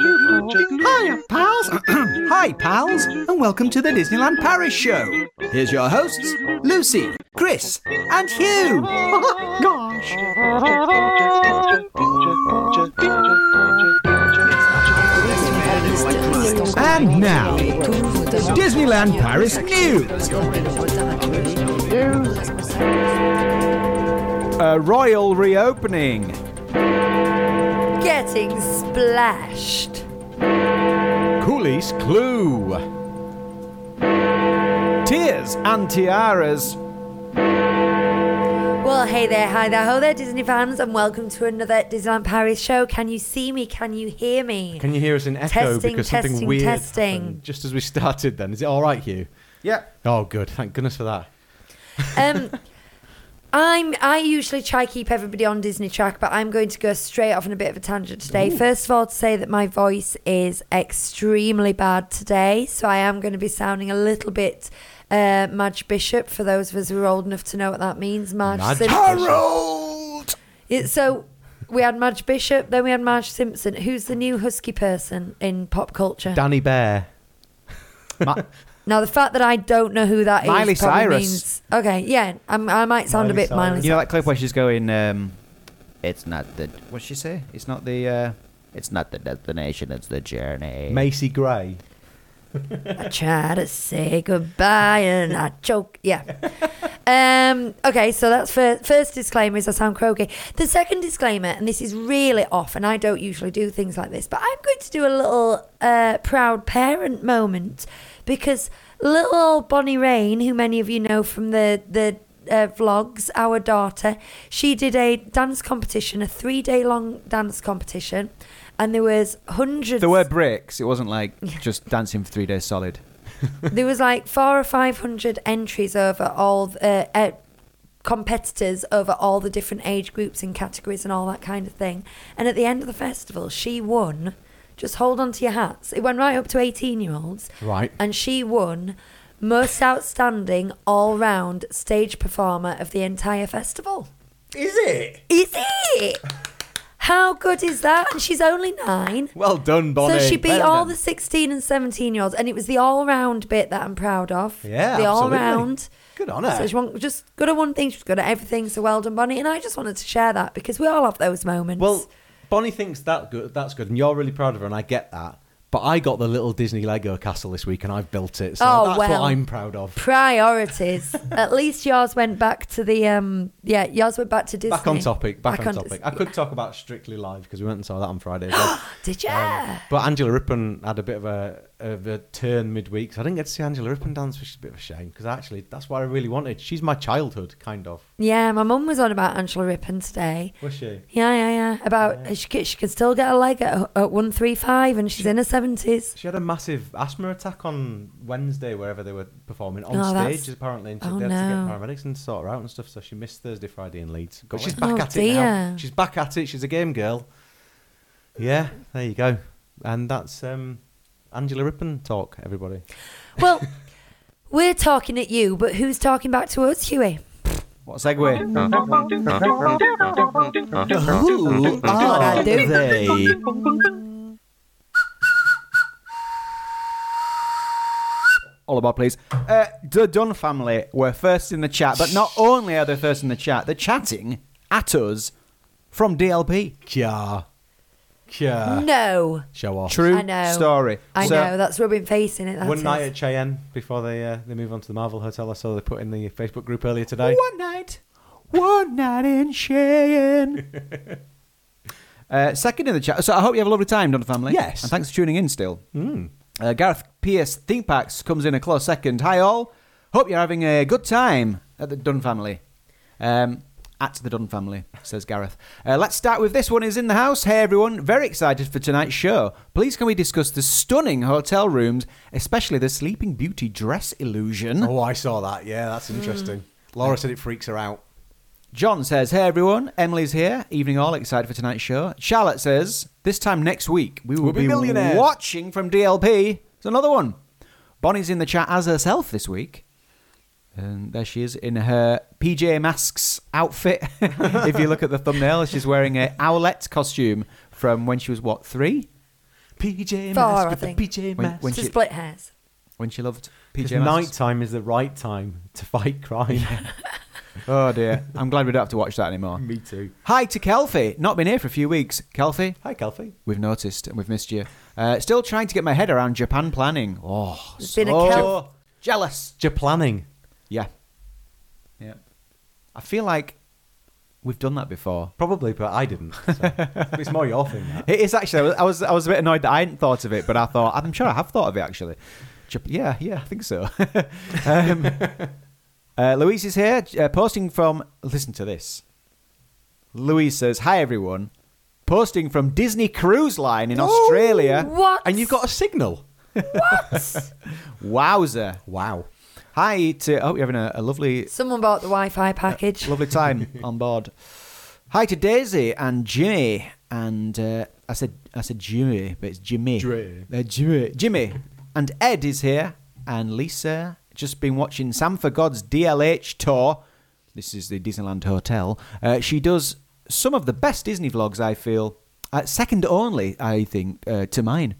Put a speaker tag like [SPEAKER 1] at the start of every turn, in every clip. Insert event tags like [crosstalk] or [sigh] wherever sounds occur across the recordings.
[SPEAKER 1] Hiya, pals! [clears throat] Hi, pals, and welcome to the Disneyland Paris show. Here's your hosts, Lucy, Chris, and Hugh. Gosh. And now, Disneyland Paris news. A royal reopening.
[SPEAKER 2] Getting splashed.
[SPEAKER 1] Coolie's Clue. Tears and Tiaras.
[SPEAKER 2] Well, hey there, hi there, ho there, Disney fans, and welcome to another Disneyland Paris show. Can you see me? Can you hear me?
[SPEAKER 3] Can you hear us in echo
[SPEAKER 2] Testing,
[SPEAKER 3] because
[SPEAKER 2] testing,
[SPEAKER 3] something weird
[SPEAKER 2] testing.
[SPEAKER 3] happened just as we started? Then is it all right, Hugh?
[SPEAKER 1] Yep.
[SPEAKER 3] Oh, good. Thank goodness for that.
[SPEAKER 2] Um, I'm. I usually try keep everybody on Disney track, but I'm going to go straight off on a bit of a tangent today. First of all, to say that my voice is extremely bad today, so I am going to be sounding a little bit uh, Madge Bishop for those of us who are old enough to know what that means. Madge,
[SPEAKER 3] Madge
[SPEAKER 2] Simpson.
[SPEAKER 1] Harold!
[SPEAKER 2] It, so we had Madge Bishop, then we had Madge Simpson. Who's the new husky person in pop culture?
[SPEAKER 3] Danny Bear.
[SPEAKER 2] now the fact that I don't know who that is
[SPEAKER 4] Miley
[SPEAKER 2] probably
[SPEAKER 4] Cyrus.
[SPEAKER 2] means okay, yeah, I'm, I might sound
[SPEAKER 3] Miley
[SPEAKER 2] a bit Miley.
[SPEAKER 3] Cyrus.
[SPEAKER 4] You know that clip where she's going, um, it's not the, what's she say? It's not the, uh, it's not the destination, it's the journey.
[SPEAKER 3] Macy Gray.
[SPEAKER 2] I [laughs] try to say goodbye and I choke. Yeah. Um, okay, so that's first, first disclaimer is I sound croaky. The second disclaimer, and this is really off, and I don't usually do things like this, but I'm going to do a little uh, proud parent moment because little old Bonnie Rain, who many of you know from the the uh, vlogs, our daughter, she did a dance competition, a three day long dance competition, and there was hundreds.
[SPEAKER 4] There were bricks. It wasn't like just dancing for three days solid.
[SPEAKER 2] there was like four or five hundred entries over all uh, uh, competitors over all the different age groups and categories and all that kind of thing. And at the end of the festival, she won. Just hold on to your hats. It went right up to eighteen year olds,
[SPEAKER 3] Right.
[SPEAKER 2] and she won most outstanding all round stage performer of the entire festival.
[SPEAKER 3] Is it?
[SPEAKER 2] Is it? How good is that? And she's only nine.
[SPEAKER 3] Well done, Bonnie.
[SPEAKER 2] So she beat
[SPEAKER 3] Well
[SPEAKER 2] all
[SPEAKER 3] done.
[SPEAKER 2] the 16 and 17 year olds, and it was the all round bit that I'm proud of.
[SPEAKER 3] Yeah,
[SPEAKER 2] the all
[SPEAKER 3] absolutely.
[SPEAKER 2] round.
[SPEAKER 3] Good on her.
[SPEAKER 2] So she won, just good at one thing, she's good at everything. So well done, Bonnie. And I just wanted to share that because we all have those moments.
[SPEAKER 3] Well, Bonnie thinks that good. That's good, and you're really proud of her, and I get that. But I got the little Disney Lego castle this week, and I've built it. So
[SPEAKER 2] Oh,
[SPEAKER 3] that's
[SPEAKER 2] well.
[SPEAKER 3] what I'm proud of.
[SPEAKER 2] priorities.
[SPEAKER 3] [laughs]
[SPEAKER 2] at least yours went back to the um. Yeah, yours went back to Disney.
[SPEAKER 3] Back on topic. Back, on, topic.
[SPEAKER 2] Dis-
[SPEAKER 3] I could talk about Strictly Live because we went and saw that on Friday.
[SPEAKER 2] [gasps]
[SPEAKER 3] as well. [gasps]
[SPEAKER 2] Did you?
[SPEAKER 3] Um, but Angela Rippon had a bit of a, of a turn midweek, so I didn't get to see Angela Rippon dance, which is a bit of a shame because actually that's what I really wanted. She's my childhood, kind of.
[SPEAKER 2] yeah, my mum was on about Angela Rippon today.
[SPEAKER 3] Was she?
[SPEAKER 2] Yeah, yeah, yeah. About she can, she can still get a leg at, at one three five, and she's in her seventies.
[SPEAKER 3] She had a massive asthma attack on Wednesday, wherever they were performing on
[SPEAKER 2] Oh, that's-
[SPEAKER 3] stage, apparently, and she
[SPEAKER 2] Oh,
[SPEAKER 3] they had
[SPEAKER 2] no.
[SPEAKER 3] to get paramedics and sort her out and stuff. So she missed Thursday, Friday in Leeds, but
[SPEAKER 4] Got
[SPEAKER 3] she's
[SPEAKER 4] it.
[SPEAKER 3] back
[SPEAKER 2] Oh,
[SPEAKER 3] at it
[SPEAKER 2] dear.
[SPEAKER 3] now. She's back at it. She's a game girl. Yeah, there you go. And that's um, Angela Rippon talk, everybody.
[SPEAKER 2] Well, we're talking at you, but who's talking back to us, Huey?
[SPEAKER 4] What a segue.
[SPEAKER 3] Who
[SPEAKER 2] are
[SPEAKER 3] Oh, they?
[SPEAKER 4] All about, please. Uh, the Dunn family were first in the chat, but not only are they first in the chat, they're chatting at us from DLP.
[SPEAKER 3] Kya. Kya.
[SPEAKER 2] no.
[SPEAKER 3] Show off.
[SPEAKER 4] True
[SPEAKER 2] I know.
[SPEAKER 4] story.
[SPEAKER 2] I
[SPEAKER 4] Uh, So-
[SPEAKER 2] know, that's rubbing face in it. That
[SPEAKER 3] One
[SPEAKER 2] is.
[SPEAKER 3] night at Cheyenne before they uh, they move on to the Marvel Hotel. I saw they put in the Facebook group earlier today.
[SPEAKER 4] One night, one night in Cheyenne. [laughs] uh, second in the chat. So I hope you have a lovely time, Dunn family.
[SPEAKER 3] Yes.
[SPEAKER 4] And thanks for tuning in still. Uh, Gareth Pierce Thinkpacks comes in a close second. Hi, all. Hope you're having a good time at the Dunn family. Um, at the Dunn family, says Gareth. Uh, let's start with this one is in the house. Hey, everyone. Very excited for tonight's show. Please, can we discuss the stunning hotel rooms, especially the Sleeping Beauty dress illusion?
[SPEAKER 3] Oh, I saw that. Yeah, that's interesting. Laura said it freaks her out.
[SPEAKER 4] John says, Hey everyone, Emily's here. Evening all, excited for tonight's show. Charlotte says, This time next week, we will
[SPEAKER 3] We'll be
[SPEAKER 4] be,
[SPEAKER 3] millionaires."
[SPEAKER 4] watching from DLP. It's another one. Bonnie's in the chat as herself this week. And there she is in her PJ Masks outfit. [laughs] if you look at the thumbnail, she's wearing a owlette costume from when she was, what, three?
[SPEAKER 3] PJ
[SPEAKER 2] Four,
[SPEAKER 3] Masks
[SPEAKER 2] I
[SPEAKER 3] with the
[SPEAKER 2] think.
[SPEAKER 3] PJ
[SPEAKER 4] When-
[SPEAKER 3] Masks.
[SPEAKER 4] when
[SPEAKER 2] to
[SPEAKER 4] she-
[SPEAKER 2] split hairs.
[SPEAKER 4] when she loved
[SPEAKER 3] Because
[SPEAKER 4] PJ
[SPEAKER 3] night
[SPEAKER 4] Masks.
[SPEAKER 3] time is the right time to fight [laughs] crime.
[SPEAKER 4] Oh dear, I'm glad we don't have to watch that anymore.
[SPEAKER 3] Me too.
[SPEAKER 4] Hi to Kelfie. Not been here for a few weeks. Kelfie,
[SPEAKER 3] Hi, Kelfie.
[SPEAKER 4] we've noticed and we've missed you. Uh, still trying to get my head around Japan planning. Oh,
[SPEAKER 2] There's
[SPEAKER 4] so
[SPEAKER 2] been a Kelf-
[SPEAKER 4] jealous.
[SPEAKER 3] You're planning.
[SPEAKER 4] Yeah. Yeah. I feel like we've done that before.
[SPEAKER 3] Probably, but I didn't. [laughs] so. it's more your thing. That.
[SPEAKER 4] It is actually. I was I was a bit annoyed that I hadn't thought of it, but I thought I'm sure I have thought of it actually. Jap- Yeah, yeah, I think so. [laughs] um, uh, Louise is here uh, posting from. Listen to this. Louise says, "Hi everyone." Posting from Disney Cruise Line in Australia.
[SPEAKER 2] Oh, What?
[SPEAKER 3] And you've got a signal.
[SPEAKER 2] what?
[SPEAKER 4] Wowzer.
[SPEAKER 3] Wow.
[SPEAKER 4] Hi to. I hope you're having a, Uh, a lovely
[SPEAKER 2] Someone bought the Wi-Fi package.
[SPEAKER 4] Lovely
[SPEAKER 3] [laughs]
[SPEAKER 4] time on board. Hi to Daisy and Jimmy. And uh, I said I said Jimmy, but it's Jimmy.
[SPEAKER 3] Dre.
[SPEAKER 4] Uh, Jimmy. Jimmy. And Ed is here. And Lisa. Just been watching Sam for God's DLH tour. This is the Disneyland Hotel. Uh, she does some of the best Disney vlogs, I feel. Uh, second only, I think, uh, to mine.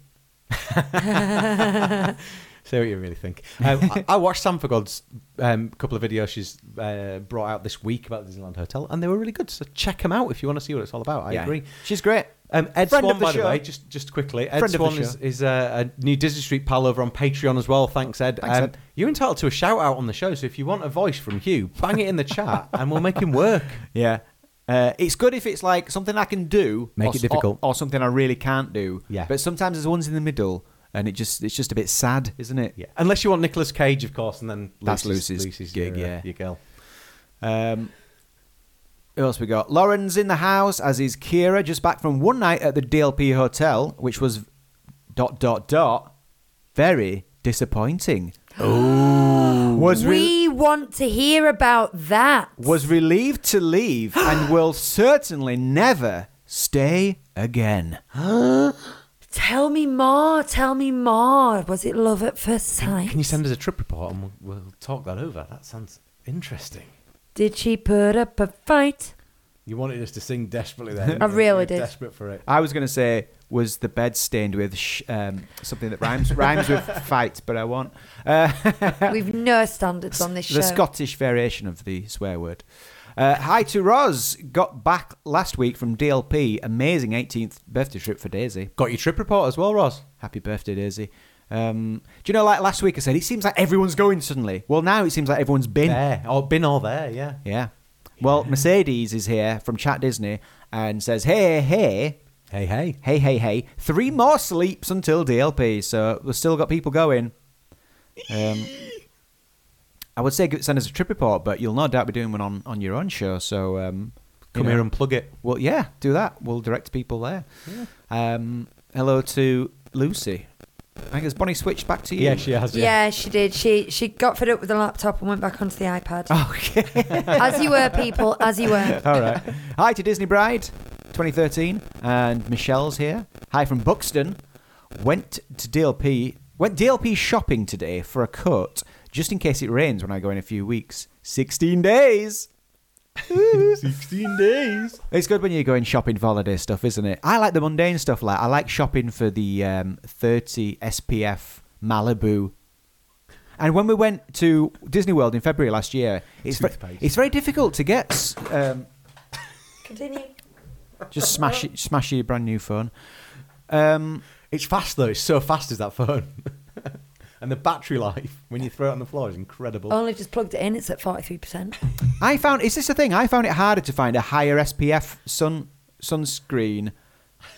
[SPEAKER 3] Say what you really think.
[SPEAKER 4] [laughs]
[SPEAKER 3] Um, I, I watched Sam for God's um, couple of videos she's uh, brought out this week about the Disneyland Hotel, and they were really good. So check them out if you want to see what it's all about. I
[SPEAKER 4] Yeah.
[SPEAKER 3] agree.
[SPEAKER 4] She's great.
[SPEAKER 3] Um, Ed
[SPEAKER 4] Friend of
[SPEAKER 3] Swan,
[SPEAKER 4] the
[SPEAKER 3] by the
[SPEAKER 4] show.
[SPEAKER 3] way, just just quickly, Ed
[SPEAKER 4] Friend of the
[SPEAKER 3] Swan is,
[SPEAKER 4] show.
[SPEAKER 3] is uh, a, a new Disney Street pal over on Patreon as well. Thanks, Ed.
[SPEAKER 4] Thanks,
[SPEAKER 3] Um,
[SPEAKER 4] Ed.
[SPEAKER 3] You're entitled to a shout out on the show, so if you want a voice from Hugh, bang it in the chat, and we'll make him
[SPEAKER 4] [laughs]
[SPEAKER 3] work.
[SPEAKER 4] Yeah. Uh, it's good if it's like something I can do,
[SPEAKER 3] Make
[SPEAKER 4] or,
[SPEAKER 3] it difficult.
[SPEAKER 4] or, or something I really can't do.
[SPEAKER 3] Yeah.
[SPEAKER 4] But sometimes there's ones in the middle, and it just it's just a bit sad, isn't it?
[SPEAKER 3] Yeah, unless you want Nicolas Cage, of course, and then
[SPEAKER 4] That's Lucy's
[SPEAKER 3] your,
[SPEAKER 4] gig,
[SPEAKER 3] uh,
[SPEAKER 4] yeah.
[SPEAKER 3] your girl.
[SPEAKER 4] Um, who else we got? Lauren's in the house, as is Kira, just back from one night at the DLP hotel, which was dot dot dot very disappointing. Oh, was re-
[SPEAKER 2] we want to hear about that.
[SPEAKER 4] was relieved to leave and will certainly never stay again.
[SPEAKER 2] Tell me more. Tell me more. Was it love at first sight?
[SPEAKER 3] Can you send us a trip report and we'll, we'll talk that over? That sounds interesting.
[SPEAKER 2] Did she put up a
[SPEAKER 4] [laughs]
[SPEAKER 2] fight?
[SPEAKER 3] You wanted us to sing desperately there.
[SPEAKER 2] [laughs] I really did.
[SPEAKER 3] Desperate for it.
[SPEAKER 4] I was going to say was the bed stained with sh- um, something that rhymes rhymes with fight, but I won't. Uh,
[SPEAKER 2] We've no standards on this show.
[SPEAKER 4] the Scottish variation of the swear word. Uh, hi to Roz. Got back last week from DLP. Amazing 18th birthday trip for Daisy.
[SPEAKER 3] Got your trip report as well, Ross.
[SPEAKER 4] Happy birthday, Daisy. Um, do you know, like last week I said, it seems like everyone's going suddenly. Well, now it seems like everyone's been.
[SPEAKER 3] There, or Oh, been all there, yeah.
[SPEAKER 4] Yeah. Well, Mercedes is here from Chat Disney and says, hey, hey,
[SPEAKER 3] Hey, hey.
[SPEAKER 4] Hey, hey, hey. Three more sleeps until DLP, so we've still got people going. Um, I would say give- send us a trip report, but you'll no doubt be doing one on, on your own show, so. Um, you
[SPEAKER 3] Come here
[SPEAKER 4] know.
[SPEAKER 3] and plug it.
[SPEAKER 4] Well, yeah, do that. We'll direct people there. Um, hello to Lucy. I think it's Bonnie switched back to you.
[SPEAKER 3] Yeah, she has. [laughs] Yeah.
[SPEAKER 2] yeah, she did. She she got fed up with the laptop and went back onto the iPad.
[SPEAKER 4] Okay.
[SPEAKER 2] As you were, people. As
[SPEAKER 4] [laughs]
[SPEAKER 2] you were.
[SPEAKER 4] All right. Hi to Disney Bride 2013. And Michelle's here. Hi from Buxton. Went to DLP. Went DLP shopping today for a coat just in case it rains when I go in a few weeks. 16 days.
[SPEAKER 3] 16 days.
[SPEAKER 4] It's good when you're going shopping for holiday stuff, isn't it? I like the mundane stuff. Like I like shopping for the um, 30 SPF Malibu. And when we went to Disney World in February last year, it's, ve-
[SPEAKER 3] Toothpaste.
[SPEAKER 4] it's very difficult to get s- um,
[SPEAKER 2] Continue.
[SPEAKER 4] Just smash it, smash your brand new phone. Um,
[SPEAKER 3] It's fast, though. It's so fast, is that phone. [laughs] and the battery life when you throw it on the floor is incredible.
[SPEAKER 2] Only just plugged it in. It's at forty three percent.
[SPEAKER 4] I found is this a thing? I found it harder to find a higher SPF sun sunscreen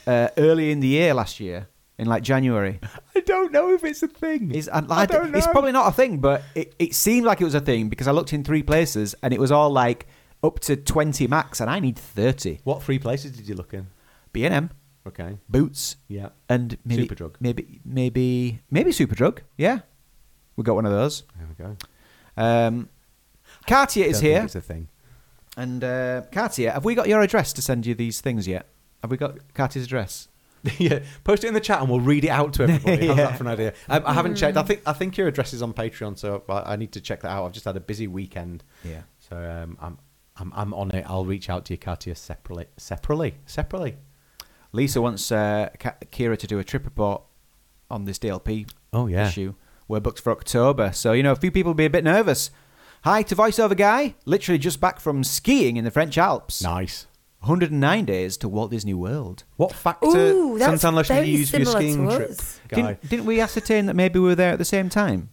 [SPEAKER 4] uh, early in the year last year, in like January.
[SPEAKER 3] I don't know if it's a thing.
[SPEAKER 4] It's, I, I don't it's probably not a thing, but it, it seemed like it was a thing because I looked in three places and it was all like up to twenty max, and I need thirty.
[SPEAKER 3] What three places did you look in?
[SPEAKER 4] B and M,
[SPEAKER 3] Okay.
[SPEAKER 4] Boots,
[SPEAKER 3] Yeah.
[SPEAKER 4] and maybe
[SPEAKER 3] Superdrug.
[SPEAKER 4] maybe maybe maybe Superdrug. Yeah, we got one of those.
[SPEAKER 3] There we go.
[SPEAKER 4] Um, Cartier is
[SPEAKER 3] Don't think
[SPEAKER 4] here.
[SPEAKER 3] It's a thing.
[SPEAKER 4] And uh, Katia, have we got your address to send you these things yet? Have we got Katia's address?
[SPEAKER 3] [laughs] yeah, post it in the chat and we'll read it out to everybody. [laughs] How's
[SPEAKER 4] Yeah.
[SPEAKER 3] that for an idea? Um, I haven't
[SPEAKER 2] Hmm.
[SPEAKER 3] checked. I think I think your address is on Patreon, so I, I need to check that out. I've just had a busy weekend.
[SPEAKER 4] Yeah.
[SPEAKER 3] So um, I'm I'm I'm on it. I'll reach out to you, Katia, separately, separately, separately.
[SPEAKER 4] Lisa wants uh, Ka- Kira to do a trip report on this DLP
[SPEAKER 3] Oh, yeah.
[SPEAKER 4] issue. We're booked for October, so you know a few people will be a bit nervous. Hi to voiceover guy, literally just back from skiing in the French Alps.
[SPEAKER 3] Nice.
[SPEAKER 4] 109 days to Walt Disney World.
[SPEAKER 3] What factor
[SPEAKER 2] Ooh, that's
[SPEAKER 3] suntan lotion do
[SPEAKER 2] very
[SPEAKER 3] you use for your
[SPEAKER 2] similar
[SPEAKER 3] skiing
[SPEAKER 2] to
[SPEAKER 3] trip?
[SPEAKER 2] us.
[SPEAKER 3] Guy?
[SPEAKER 4] Didn't, didn't we ascertain that maybe we were there at the same time?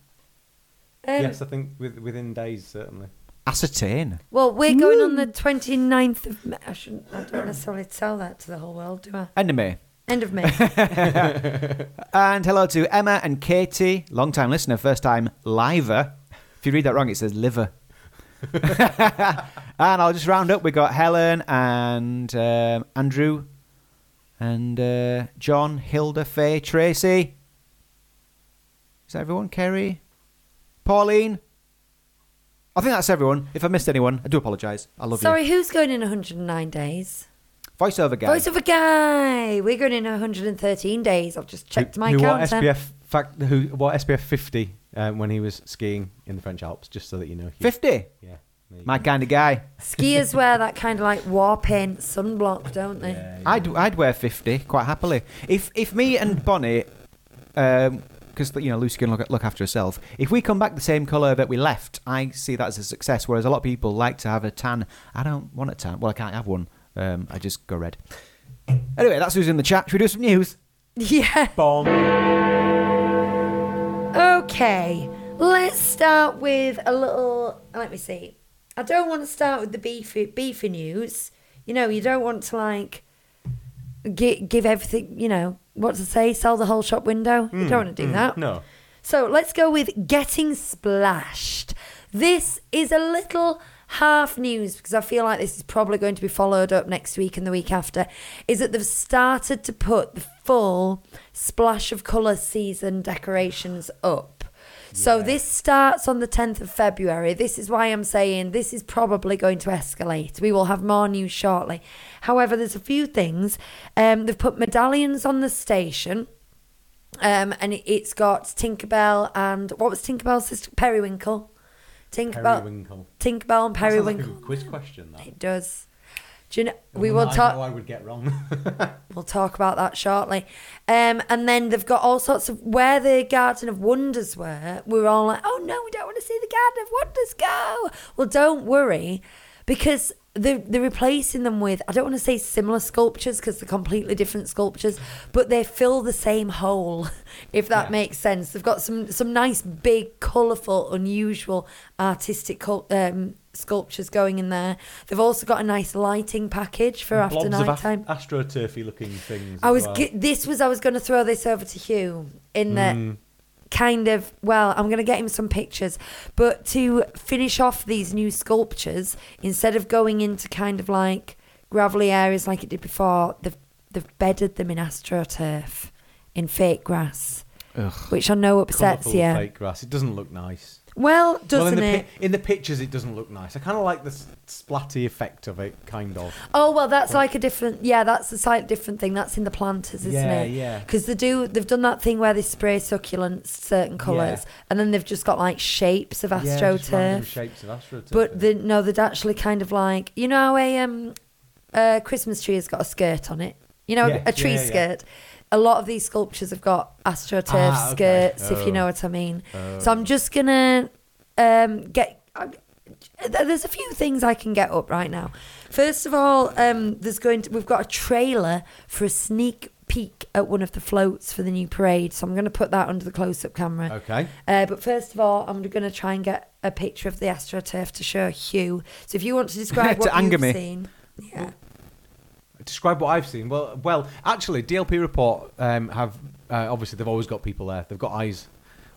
[SPEAKER 2] Um,
[SPEAKER 3] yes, I think with, within days, certainly.
[SPEAKER 4] Ascertain.
[SPEAKER 2] Well, we're going on the 29th of May. I, shouldn't, I don't necessarily tell that to the whole world, do I?
[SPEAKER 4] End of May.
[SPEAKER 2] End of May.
[SPEAKER 4] And hello to Emma and Katie, long time listener, first time liver. If you read that wrong, it says liver. [laughs] and I'll just round up. We got Helen and um, Andrew and uh, John, Hilda, Faye, Tracy. Is that everyone? Kerry? Pauline? I think that's everyone. If I missed anyone, I do apologise. I love
[SPEAKER 2] Sorry,
[SPEAKER 4] you.
[SPEAKER 2] who's going in 109 days?
[SPEAKER 4] Voiceover guy.
[SPEAKER 2] Voice of a guy. We're going in 113 days. I've just checked
[SPEAKER 3] who,
[SPEAKER 2] my
[SPEAKER 3] who wore
[SPEAKER 2] counter.
[SPEAKER 3] SPF fact, who wore SPF 50 um, when he was skiing in the French Alps, just so that you know. He,
[SPEAKER 4] 50.
[SPEAKER 3] Yeah. there you
[SPEAKER 4] My
[SPEAKER 3] go.
[SPEAKER 4] kind of guy.
[SPEAKER 2] Skiers wear that kind of like war paint sunblock, don't they?
[SPEAKER 3] Yeah, yeah.
[SPEAKER 4] I'd I'd wear fifty quite happily. If if me and Bonnie, because you know Lucy can look look after herself. If we come back the same colour that we left, I see that as a success. Whereas a lot of people like to have a tan. I don't want a tan. Well, I can't have one. Um, I just go red. Anyway, that's who's in the chat. Should we do some news?
[SPEAKER 2] [laughs] Yeah.
[SPEAKER 3] Bomb.
[SPEAKER 2] Okay. Let's start with a little. Let me see. I don't want to start with the beefy beefy news. You know, you don't want to like give, give everything. You know what to say. Sell the whole shop window. you don't want to do that.
[SPEAKER 3] Hmm, No.
[SPEAKER 2] So let's go with getting splashed. This is a little half news because I feel like this is probably going to be followed up next week and the week after. Is that they've started to put the full splash of colour season decorations up. So this starts on the 10th of February. This is why I'm saying this is probably going to escalate. We will have more news shortly. However, there's a few things. Um, they've put medallions on the station. Um, and it- it's got Tinkerbell and what was Tinkerbell's sister? Periwinkle. Tinkerbell.
[SPEAKER 3] Periwinkle.
[SPEAKER 2] Tinkerbell and
[SPEAKER 3] That sounds
[SPEAKER 2] Periwinkle.
[SPEAKER 3] Like a quiz question, that.
[SPEAKER 2] it does. Do you know?
[SPEAKER 3] The
[SPEAKER 2] we
[SPEAKER 3] one
[SPEAKER 2] will
[SPEAKER 3] that I, know
[SPEAKER 2] talk.
[SPEAKER 3] I would
[SPEAKER 2] [laughs]
[SPEAKER 3] get wrong.
[SPEAKER 2] We'll talk about that shortly. Um, and then they've got all sorts of where the Garden of Wonders were. We were all like, oh no, we don't want to see the Garden of Wonders go. Well, don't worry, because they're, they're replacing them with I don't want to say similar sculptures because they're completely different sculptures, but they fill the same hole, [laughs] if that makes sense. They've got some some nice big, colourful, unusual, artistic. cul- Um, sculptures going in there they've also got a nice lighting package for after
[SPEAKER 3] Blobs of
[SPEAKER 2] night time
[SPEAKER 3] a- astroturfy looking things.
[SPEAKER 2] I
[SPEAKER 3] as
[SPEAKER 2] was
[SPEAKER 3] well.
[SPEAKER 2] g- this was I was going to throw this over to Hugh in the
[SPEAKER 3] Hmm.
[SPEAKER 2] kind of well I'm going to get him some pictures but to finish off these new sculptures instead of going into kind of like gravelly areas like it did before they've they've bedded them in astroturf in fake grass which I know upsets
[SPEAKER 3] Colourful
[SPEAKER 2] you.
[SPEAKER 3] fake grass. It doesn't look nice.
[SPEAKER 2] Well,
[SPEAKER 3] well, in
[SPEAKER 2] doesn't
[SPEAKER 3] the
[SPEAKER 2] it?
[SPEAKER 3] pi- in the pictures, it doesn't look nice. I kind of like the s- splatty effect of it, kind of.
[SPEAKER 2] Oh well, that's like a different. Yeah, that's a slightly different thing. That's in the planters, isn't
[SPEAKER 3] Yeah,
[SPEAKER 2] it?
[SPEAKER 3] yeah.
[SPEAKER 2] Because they do. They've done that thing where they spray succulents certain colours, and then they've just got like shapes of
[SPEAKER 3] Yeah, just random
[SPEAKER 2] astroturf.
[SPEAKER 3] shapes of astroturf.
[SPEAKER 2] but the, no, they'd actually kind of like you know how a um a Christmas tree has got a skirt on it. You know,
[SPEAKER 3] Yeah,
[SPEAKER 2] a tree
[SPEAKER 3] yeah, yeah.
[SPEAKER 2] skirt. A lot of these sculptures have got astroturf
[SPEAKER 3] Ah, okay.
[SPEAKER 2] skirts, if you
[SPEAKER 3] Oh.
[SPEAKER 2] know what I mean. So I'm just gonna um, get. I- th- There's a few things I can get up right now. First of all, um, there's going to, we've got a trailer for a sneak peek at one of the floats for the new parade. So I'm going to put that under the close-up camera.
[SPEAKER 3] Okay.
[SPEAKER 2] Uh, but first of all, I'm going to try and get a picture of the astroturf to show Hugh. So if you [laughs] want to describe
[SPEAKER 4] To
[SPEAKER 2] what
[SPEAKER 4] anger
[SPEAKER 2] you've
[SPEAKER 4] me.
[SPEAKER 2] seen, yeah,
[SPEAKER 3] Describe what I've seen. Well, well, actually, DLP report um, have uh, obviously they've always got people there. They've got eyes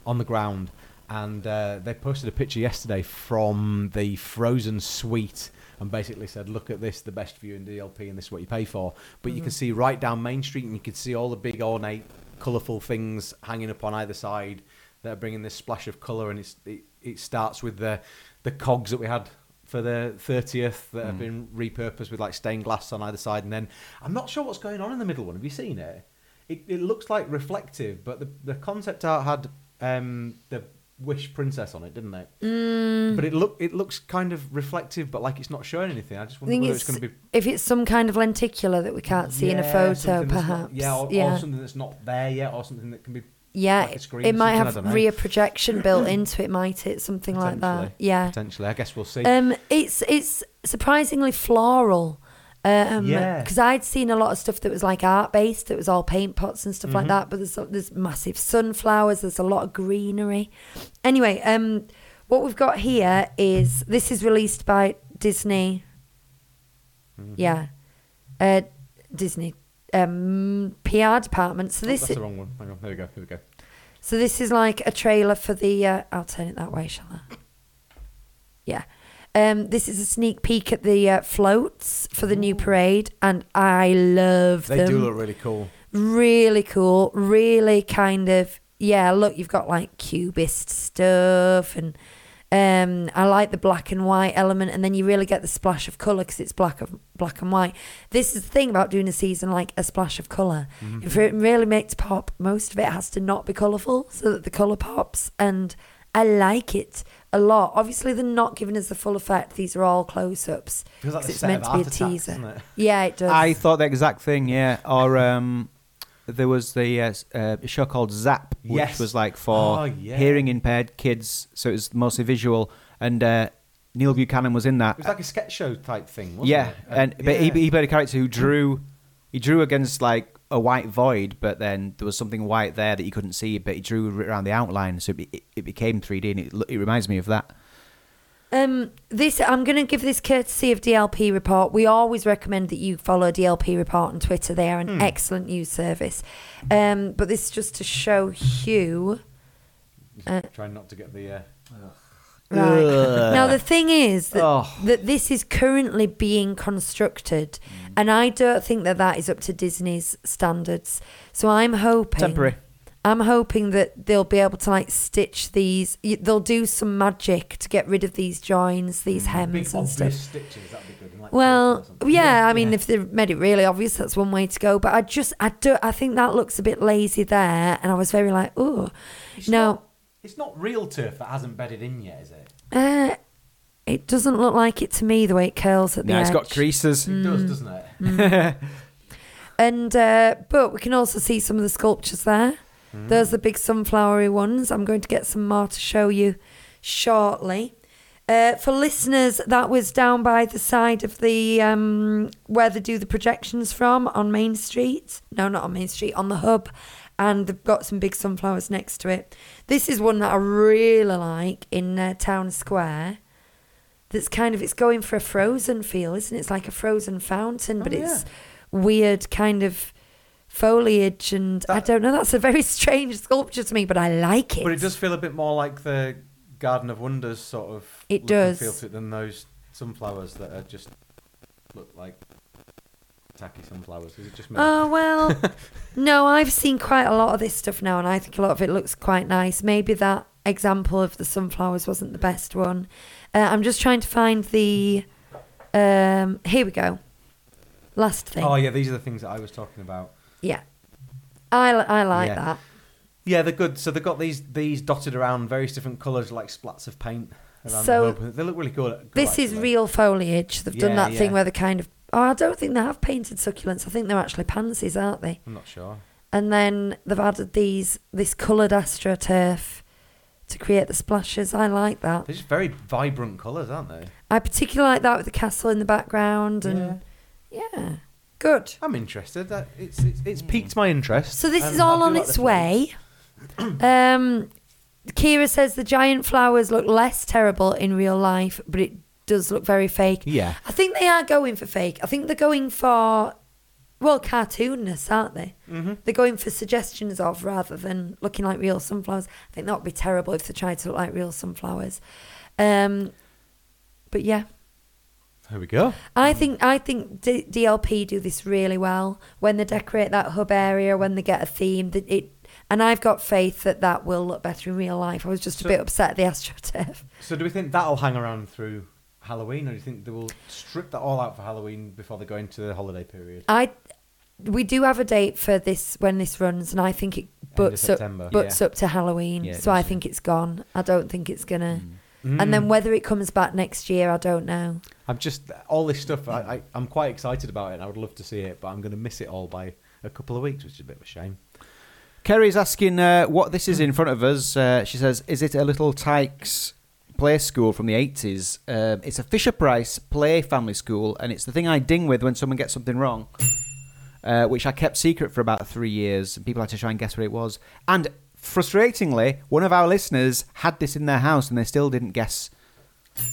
[SPEAKER 3] on the ground, and uh, they posted a picture yesterday from the frozen suite and basically said, "Look at this, the best view in DLP, and this is what you pay for." But you can see right down Main Street, and you can see all the big ornate, colourful things hanging up on either side that are bringing this splash of colour, and it's, it it starts with the the cogs that we had for the 30th that have been repurposed with like stained glass on either side and then i'm not sure what's going on in the middle one have you seen it it, it looks like reflective but the, the concept art had um, the Wish Princess on it, didn't they?
[SPEAKER 2] Mm.
[SPEAKER 3] But it look it looks kind of reflective, but like it's not showing anything. I just
[SPEAKER 2] I
[SPEAKER 3] wonder
[SPEAKER 2] think
[SPEAKER 3] whether
[SPEAKER 2] it's,
[SPEAKER 3] it's, going to be.
[SPEAKER 2] if it's some kind of lenticular that we can't see in a
[SPEAKER 3] Yeah,
[SPEAKER 2] photo,
[SPEAKER 3] something that's
[SPEAKER 2] perhaps.
[SPEAKER 3] Not, yeah, or,
[SPEAKER 2] yeah,
[SPEAKER 3] or something that's not there yet, or something that can be.
[SPEAKER 2] Yeah,
[SPEAKER 3] like a screen
[SPEAKER 2] it
[SPEAKER 3] or
[SPEAKER 2] might
[SPEAKER 3] something, I
[SPEAKER 2] have
[SPEAKER 3] don't know.
[SPEAKER 2] rear projection built into it, might it? Something like that.
[SPEAKER 3] Potentially.
[SPEAKER 2] Yeah.
[SPEAKER 3] Potentially, I guess we'll see.
[SPEAKER 2] Um, it's it's surprisingly floral. Um,
[SPEAKER 3] Yeah.
[SPEAKER 2] because I'd seen a lot of stuff that was like art based, that was all paint pots and stuff like
[SPEAKER 3] Mm-hmm.
[SPEAKER 2] that. But there's there's massive sunflowers. There's a lot of greenery. Anyway, um, what we've got here is this is released by Disney.
[SPEAKER 3] Mm-hmm.
[SPEAKER 2] Yeah, uh, Disney um PR department. So this
[SPEAKER 3] Oh, that's the wrong one. Hang on, there we go. Here we go.
[SPEAKER 2] so this is like a trailer for the. Uh, I'll turn it that way, shall I? Yeah. Um, this is a sneak peek at the uh, floats for the new parade, and I love
[SPEAKER 3] They
[SPEAKER 2] them.
[SPEAKER 3] do look really cool.
[SPEAKER 2] really cool. Really kind of yeah. Look, you've got like cubist stuff, and um, I like the black and white element, and then you really get the splash of color because it's black of black and white. This is the thing about doing a season like a splash of color.
[SPEAKER 3] Mm-hmm.
[SPEAKER 2] If it really makes pop, most of it has to not be colorful so that the color pops, and I like it a lot. Obviously, they're not giving us the full effect. These are all close-ups
[SPEAKER 3] Feels like
[SPEAKER 2] 'cause
[SPEAKER 3] the
[SPEAKER 2] it's
[SPEAKER 3] set
[SPEAKER 2] meant
[SPEAKER 3] of
[SPEAKER 2] to be a
[SPEAKER 3] Art Attack,
[SPEAKER 2] teaser.
[SPEAKER 3] doesn't it?
[SPEAKER 2] Yeah, it does.
[SPEAKER 4] I thought the exact thing, yeah. Or um, there was the uh, s- uh, show called Zap, which
[SPEAKER 3] Yes.
[SPEAKER 4] was like for
[SPEAKER 3] Oh, yeah.
[SPEAKER 4] hearing impaired kids, so it was mostly visual. And uh, Neil Buchanan was in that.
[SPEAKER 3] It was like a sketch show type thing, wasn't
[SPEAKER 4] yeah,
[SPEAKER 3] it?
[SPEAKER 4] and but
[SPEAKER 3] Uh, yeah.
[SPEAKER 4] He, he played a character who drew, he drew against like a white void, but then there was something white there that you couldn't see, but he drew around the outline, so it, be, it became 3D, and it, lo- it reminds me of that.
[SPEAKER 2] Um, this I'm going to give this courtesy of DLP Report. We always recommend that you follow DLP Report on Twitter. They are an excellent news service. Um, but this is just to show Hugh.
[SPEAKER 3] Trying not to get the. Uh,
[SPEAKER 2] Right. Now the thing is that,
[SPEAKER 4] Ugh.
[SPEAKER 2] that this is currently being constructed, and I don't think that that is up to Disney's standards. So I'm hoping
[SPEAKER 4] Temporary.
[SPEAKER 2] I'm hoping that they'll be able to like stitch these. y- They'll do some magic to get rid of these joins, these hems,
[SPEAKER 3] big
[SPEAKER 2] and
[SPEAKER 3] obvious
[SPEAKER 2] stuff.
[SPEAKER 3] stitches. That'd be good. and, like,
[SPEAKER 2] Well,
[SPEAKER 3] purple or something.
[SPEAKER 2] yeah, I mean, if they made it really obvious, that's one way to go. But I just, I do, I think that looks a bit lazy there, and I was very like, oh,
[SPEAKER 3] It's
[SPEAKER 2] no,
[SPEAKER 3] not- it's not real turf that hasn't bedded in yet, is it?
[SPEAKER 2] uh, it doesn't look like it to me the way it curls at the
[SPEAKER 4] Yeah,
[SPEAKER 2] edge. Mm.
[SPEAKER 4] it's got creases.
[SPEAKER 3] It does, doesn't it?
[SPEAKER 2] and uh, but we can also see some of the sculptures there. Those are the big sunflowery ones. I'm going to get some more to show you shortly. Uh, for listeners, that was down by the side of the um, where they do the projections from on Main Street. No, not on Main Street, on the hub. And they've got some big sunflowers next to it. This is one that I really like in uh, Town Square. That's kind of it's going for a frozen feel, isn't it? It's like a frozen fountain, but it's weird kind of foliage and I don't know. That's a very [laughs] strange sculpture to me, but I like it.
[SPEAKER 3] Uh, But it does feel a bit more like the Garden of Wonders sort of.
[SPEAKER 2] It
[SPEAKER 3] look and
[SPEAKER 2] does.
[SPEAKER 3] Feel to it than those sunflowers that are just look like tacky sunflowers. Is it just me?
[SPEAKER 2] Oh
[SPEAKER 3] [laughs]
[SPEAKER 2] well, no, I've seen quite a lot of this stuff now, and I think a lot of it looks quite nice. Maybe that example of the sunflowers wasn't the best one. Uh, I'm just trying to find the. Um, here we go. Last thing.
[SPEAKER 3] oh yeah, these are the things that I was talking about.
[SPEAKER 2] yeah. I, li- I like
[SPEAKER 3] Yeah.
[SPEAKER 2] that.
[SPEAKER 3] Yeah, they're good. So they've got these these dotted around various different colours, like splats of paint around
[SPEAKER 2] So,
[SPEAKER 3] the hub. They look really good.
[SPEAKER 2] This is real foliage. They've done
[SPEAKER 3] Yeah,
[SPEAKER 2] that thing
[SPEAKER 3] yeah.
[SPEAKER 2] where they kind of. Oh, I don't think they have painted succulents. I think they're actually pansies, aren't they?
[SPEAKER 3] I'm not sure.
[SPEAKER 2] And then they've added these this coloured astroturf to create the splashes. I like that.
[SPEAKER 3] They're just very vibrant colours, aren't they?
[SPEAKER 2] I particularly like that with the castle in the background and yeah, good.
[SPEAKER 3] I'm interested. That it's it's,
[SPEAKER 4] Hmm.
[SPEAKER 3] it's piqued my interest.
[SPEAKER 2] So
[SPEAKER 3] Um,
[SPEAKER 2] this
[SPEAKER 3] and
[SPEAKER 2] is all
[SPEAKER 3] I do
[SPEAKER 2] on
[SPEAKER 3] like
[SPEAKER 2] its [clears throat]
[SPEAKER 3] the
[SPEAKER 2] way. um, Kira says the giant flowers look less terrible in real life, but it does look very fake.
[SPEAKER 4] Yeah.
[SPEAKER 2] I think they are going for fake. I think they're going for well cartoonness, aren't they? Mm-hmm. They're going for suggestions of rather than looking like real sunflowers. I think that would be terrible if they tried to look like real sunflowers. Um, but yeah.
[SPEAKER 3] flowers. There we go.
[SPEAKER 2] I think I think D- DLP do this really well when they decorate that hub area when they get a theme that it and I've got faith that that will look better in real life. I was just a
[SPEAKER 3] So-
[SPEAKER 2] bit upset at the [laughs] astroturf.
[SPEAKER 3] So do we think that'll hang around through Halloween, or do you think they will strip that all out for Halloween before they go into the holiday period?
[SPEAKER 2] I we do have a date for this when this runs, and I think it
[SPEAKER 3] of
[SPEAKER 2] butts
[SPEAKER 3] September,
[SPEAKER 2] up, butts
[SPEAKER 3] yeah.
[SPEAKER 2] up to Halloween.
[SPEAKER 3] Yeah, it
[SPEAKER 2] so I
[SPEAKER 3] does, yeah.
[SPEAKER 2] think it's gone. I don't think it's gonna.
[SPEAKER 4] Mm.
[SPEAKER 2] And then whether it comes back next year, I don't know.
[SPEAKER 3] I'm just all this stuff. I, I, I'm quite excited about it. and I would love to see it, but I'm going to miss it all by a couple of weeks, which is a bit of a shame.
[SPEAKER 4] Kerry's asking uh, what this is in front of us. Uh, she says, "Is it a little Tykes play school from the eighties? Um it's a Fisher Price play family school, and it's the thing I ding with when someone gets something wrong, uh, which I kept secret for about three years, and people had to try and guess what it was. And frustratingly, one of our listeners had this in their house, and they still didn't guess."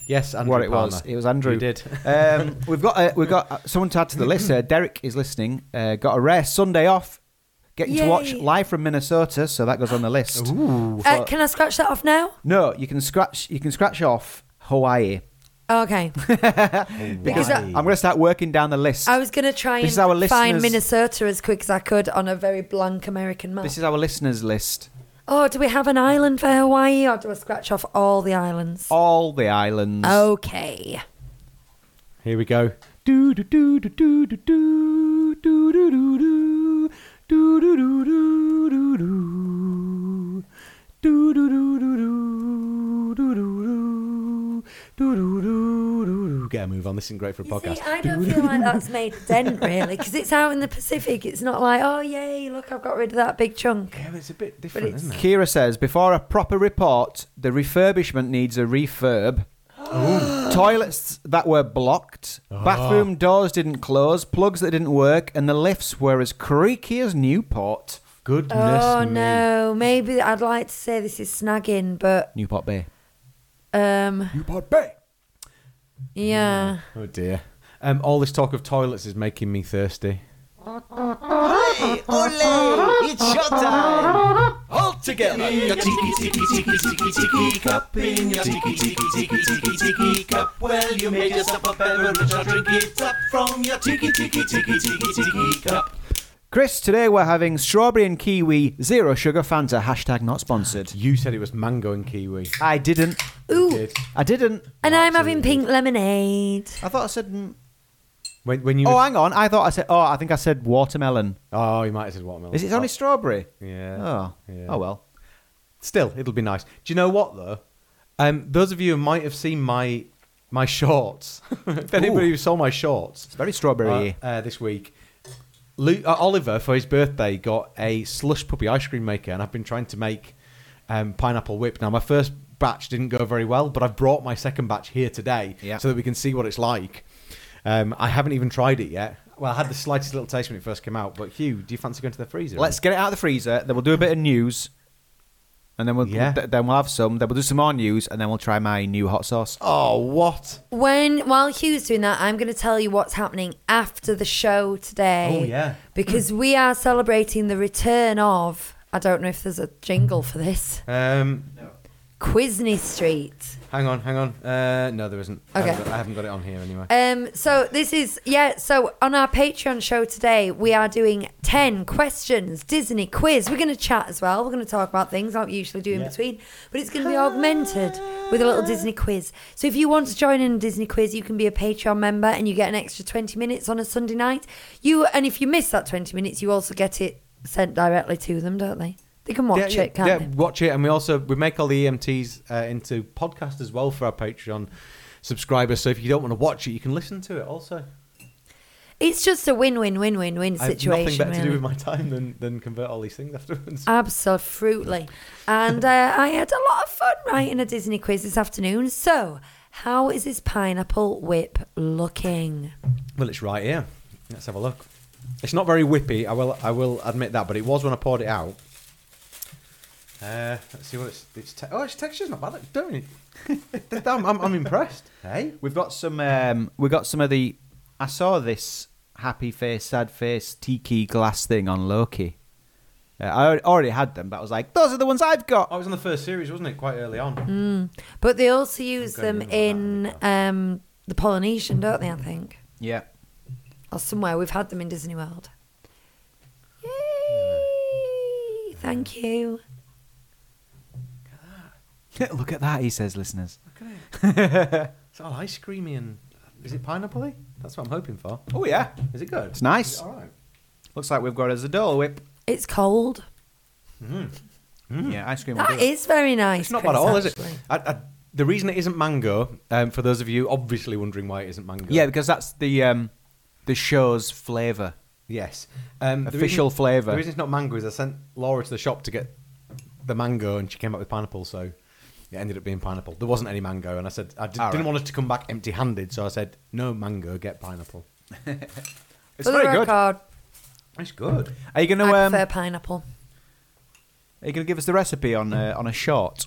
[SPEAKER 3] Yes, Andrew
[SPEAKER 4] what it
[SPEAKER 3] Palmer.
[SPEAKER 4] was. It was Andrew.
[SPEAKER 3] You did.
[SPEAKER 4] um, we've got uh, we've got uh, someone to add to the list. Uh, Derek is listening. Uh, got a rare Sunday off. Getting to watch
[SPEAKER 2] Yay.
[SPEAKER 4] live from Minnesota, so that goes on the list.
[SPEAKER 2] Uh, can I scratch that off now?
[SPEAKER 4] No, you can scratch. You can scratch off Hawaii [laughs]
[SPEAKER 2] Oh, Okay.
[SPEAKER 4] because
[SPEAKER 2] Why?
[SPEAKER 4] I'm going to start working down the list.
[SPEAKER 2] I was gonna try
[SPEAKER 4] This is our
[SPEAKER 2] and find
[SPEAKER 4] listeners-
[SPEAKER 2] Minnesota as quick as I could on a very blank American map.
[SPEAKER 4] this is our listeners list.
[SPEAKER 2] oh, do we have an island for Hawaii, or do I scratch off all the islands?
[SPEAKER 4] All the islands.
[SPEAKER 2] Oh, Okay.
[SPEAKER 3] Here we go. Do do do do do do do do do do do do do do do do do do do do do do do do do do do do do. Get a move on. This isn't great for a
[SPEAKER 2] You
[SPEAKER 3] podcast.
[SPEAKER 2] see, I
[SPEAKER 3] [laughs]
[SPEAKER 2] don't feel like that's made a dent really, because it's out in the Pacific. It's not like, oh yay, look, I've got rid of that big chunk.
[SPEAKER 3] Yeah, but it's a bit different,
[SPEAKER 2] it's-
[SPEAKER 3] isn't it?
[SPEAKER 4] Kira says before a proper report, the refurbishment needs a refurb. [gasps] Toilets that were blocked,
[SPEAKER 3] Ah.
[SPEAKER 4] bathroom doors didn't close, plugs that didn't work, and the lifts were as creaky as Newport.
[SPEAKER 3] Goodness
[SPEAKER 2] Oh
[SPEAKER 3] me.
[SPEAKER 2] no, maybe I'd like to say this is snagging, but
[SPEAKER 4] Newport Bay.
[SPEAKER 2] um,
[SPEAKER 3] Newport Bay.
[SPEAKER 2] yeah.
[SPEAKER 3] Oh dear. Um, all this talk of toilets is making me thirsty.
[SPEAKER 1] It's your time. All together. Well, you made yourself a beverage. Now drink it up from your tiki tiki tiki tiki tiki cup.
[SPEAKER 4] Chris, today we're having strawberry and kiwi zero sugar Fanta. Hashtag not sponsored.
[SPEAKER 3] You said it was mango and kiwi.
[SPEAKER 4] I didn't.
[SPEAKER 2] Ooh,
[SPEAKER 3] Did.
[SPEAKER 4] I didn't.
[SPEAKER 2] and I'm having pink lemonade.
[SPEAKER 4] I thought I said. mm,
[SPEAKER 3] When, when you
[SPEAKER 4] Oh,
[SPEAKER 3] was-
[SPEAKER 4] hang on. I thought I said. Oh, I think I said watermelon.
[SPEAKER 3] oh, you might have said watermelon.
[SPEAKER 4] Is it only strawberry?
[SPEAKER 3] Yeah.
[SPEAKER 4] Oh.
[SPEAKER 3] Yeah.
[SPEAKER 4] Oh well.
[SPEAKER 3] Still, it'll be nice. Do you know what though? Um, those of you who might have seen my my shorts, [laughs] if anybody who saw my shorts,
[SPEAKER 4] It's very strawberry.
[SPEAKER 3] uh, uh, this week. Lu uh, Oliver, for his birthday, got a slush puppy ice cream maker, and I've been trying to make um, pineapple whip. Now, my first batch didn't go very well, but I've brought my second batch here today
[SPEAKER 4] Yeah.
[SPEAKER 3] so that we can see what it's like. Um, I haven't even tried it yet. Well, I had the slightest little taste when it first came out, but Hugh, do you fancy going to the freezer?
[SPEAKER 4] Let's get it out of the freezer. Then we'll do a bit of news, and then we'll
[SPEAKER 3] Yeah.
[SPEAKER 4] th- then we'll have some. Then we'll do some more news, and then we'll try my new hot sauce.
[SPEAKER 3] Oh, what?
[SPEAKER 2] When while Hugh's doing that, I'm going to tell you what's happening after the show today.
[SPEAKER 3] Oh, yeah.
[SPEAKER 2] because we are celebrating the return of. I don't know if there's a jingle for this.
[SPEAKER 3] Um,
[SPEAKER 2] Quizney Street.
[SPEAKER 3] Hang on, hang on. Uh, no, there isn't. I haven't,
[SPEAKER 2] Okay.
[SPEAKER 3] got, I haven't got it on here anyway.
[SPEAKER 2] Um, so this is yeah. So on our Patreon show today, we are doing ten questions Disney quiz. We're going to chat as well. We're going to talk about things like we usually do in between, but it's going to be augmented with a little Disney quiz. So if you want to join in a Disney quiz, you can be a Patreon member and you get an extra twenty minutes on a Sunday night. You and if you miss that twenty minutes, you also get it sent directly to them, don't they? They can watch it, can't they?
[SPEAKER 3] watch it, and we also we make all the EMTs uh, into podcast as well for our Patreon subscribers. So if you don't want to watch it, you can listen to it also.
[SPEAKER 2] It's just a win-win-win-win-win
[SPEAKER 3] I have
[SPEAKER 2] situation.
[SPEAKER 3] nothing better to do
[SPEAKER 2] really. Uh,
[SPEAKER 3] with my time than than convert all these things [laughs] afterwards.
[SPEAKER 2] Absolutely. And uh, I had a lot of fun writing a Disney quiz this afternoon. So, how is this pineapple whip looking?
[SPEAKER 3] well, it's right here. Let's have a look. It's not very whippy. I will I will admit that, but it was when I poured it out. Uh, let's see what it's. it's te- oh, its texture's not bad. It's [laughs] doing it. I'm, I'm, I'm impressed. Hey,
[SPEAKER 4] We've got some. Um, we got some of the. I saw this happy face, sad face, tiki glass thing on Loki. Uh, I al- already had them, but I was like, those are the ones I've got.
[SPEAKER 3] oh, it was on the first series, wasn't it? Quite early on.
[SPEAKER 2] But they also use
[SPEAKER 3] Okay,
[SPEAKER 2] them
[SPEAKER 3] you know
[SPEAKER 2] in
[SPEAKER 3] that,
[SPEAKER 2] um, the Polynesian, don't they? I think.
[SPEAKER 4] Yeah.
[SPEAKER 2] Or somewhere. We've had them in Disney World. Yay! Thank you.
[SPEAKER 4] [laughs] Look at that, he says, listeners.
[SPEAKER 3] Look at it. it's all ice creamy and is it pineapple? That's what I'm hoping for.
[SPEAKER 4] Oh yeah,
[SPEAKER 3] Is it good?
[SPEAKER 4] It's nice.
[SPEAKER 3] Is it all right.
[SPEAKER 4] looks like we've got as a dole whip.
[SPEAKER 2] It's cold.
[SPEAKER 4] Yeah, ice cream. will
[SPEAKER 2] That
[SPEAKER 4] do it.
[SPEAKER 2] is very nice.
[SPEAKER 3] It's not
[SPEAKER 2] Chris,
[SPEAKER 3] bad at all, is it?
[SPEAKER 2] actually.
[SPEAKER 3] I, I, the reason it isn't mango, um, for those of you obviously wondering why it isn't mango.
[SPEAKER 4] Yeah, because that's the um, the show's flavour.
[SPEAKER 3] Yes. Um, the
[SPEAKER 4] Official
[SPEAKER 3] reason-
[SPEAKER 4] flavour.
[SPEAKER 3] The reason it's not mango is I sent Laura to the shop to get the mango and she came up with pineapple, so it ended up being pineapple. There wasn't any mango, and I said, I d-
[SPEAKER 4] All
[SPEAKER 3] didn't
[SPEAKER 4] right.
[SPEAKER 3] want her to come back empty handed, so I said, no mango,
[SPEAKER 4] [laughs]
[SPEAKER 3] get pineapple.
[SPEAKER 4] It's
[SPEAKER 2] For the
[SPEAKER 4] very good. Are
[SPEAKER 2] record,
[SPEAKER 3] It's good.
[SPEAKER 4] you gonna
[SPEAKER 2] I
[SPEAKER 4] um,
[SPEAKER 2] prefer
[SPEAKER 4] are
[SPEAKER 2] pineapple.
[SPEAKER 4] you gonna give us the recipe on uh, on a short?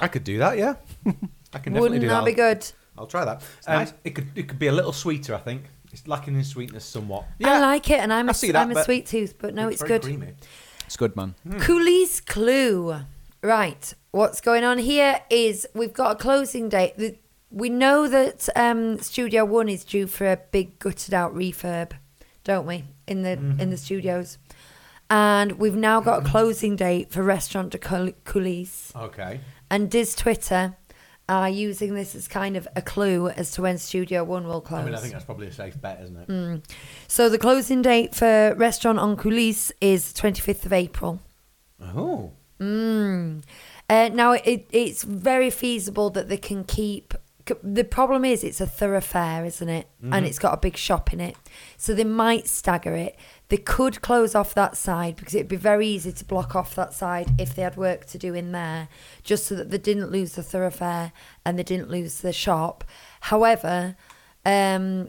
[SPEAKER 3] I could do that, yeah. I can definitely
[SPEAKER 2] Wouldn't
[SPEAKER 3] do
[SPEAKER 2] that be good?
[SPEAKER 3] I'll try that. Um,
[SPEAKER 4] nice.
[SPEAKER 3] It could it could be a little sweeter, I think. It's lacking in sweetness somewhat.
[SPEAKER 2] I like it, and I'm
[SPEAKER 3] I
[SPEAKER 2] a
[SPEAKER 3] see that,
[SPEAKER 2] am a
[SPEAKER 3] but
[SPEAKER 2] sweet tooth, but no, it's,
[SPEAKER 3] very
[SPEAKER 2] good.
[SPEAKER 3] creamy.
[SPEAKER 4] It's good, man.
[SPEAKER 3] Hmm.
[SPEAKER 2] Cooley's Clue. Right, what's going on here is we've got a closing date. The- We know that um, Studio One is due for a big gutted out refurb, don't we? In the
[SPEAKER 3] Mm-hmm.
[SPEAKER 2] in the studios, and we've now got a closing date for Restaurant de Coul- Cooley's.
[SPEAKER 3] Okay.
[SPEAKER 2] And Diz Twitter are using this as kind of a clue as to when Studio One will close.
[SPEAKER 3] I mean, I think that's probably a safe bet, isn't it?
[SPEAKER 2] Mm. So the closing date for Restaurant en Coulisses is 25th of April.
[SPEAKER 3] Oh.
[SPEAKER 2] Uh, now, it, it's very feasible that they can keep. c- The problem is, it's a thoroughfare, isn't it? And it's got a big shop in it. So they might stagger it. They could close off that side because it'd be very easy to block off that side if they had work to do in there, just so that they didn't lose the thoroughfare and they didn't lose the shop. However, um,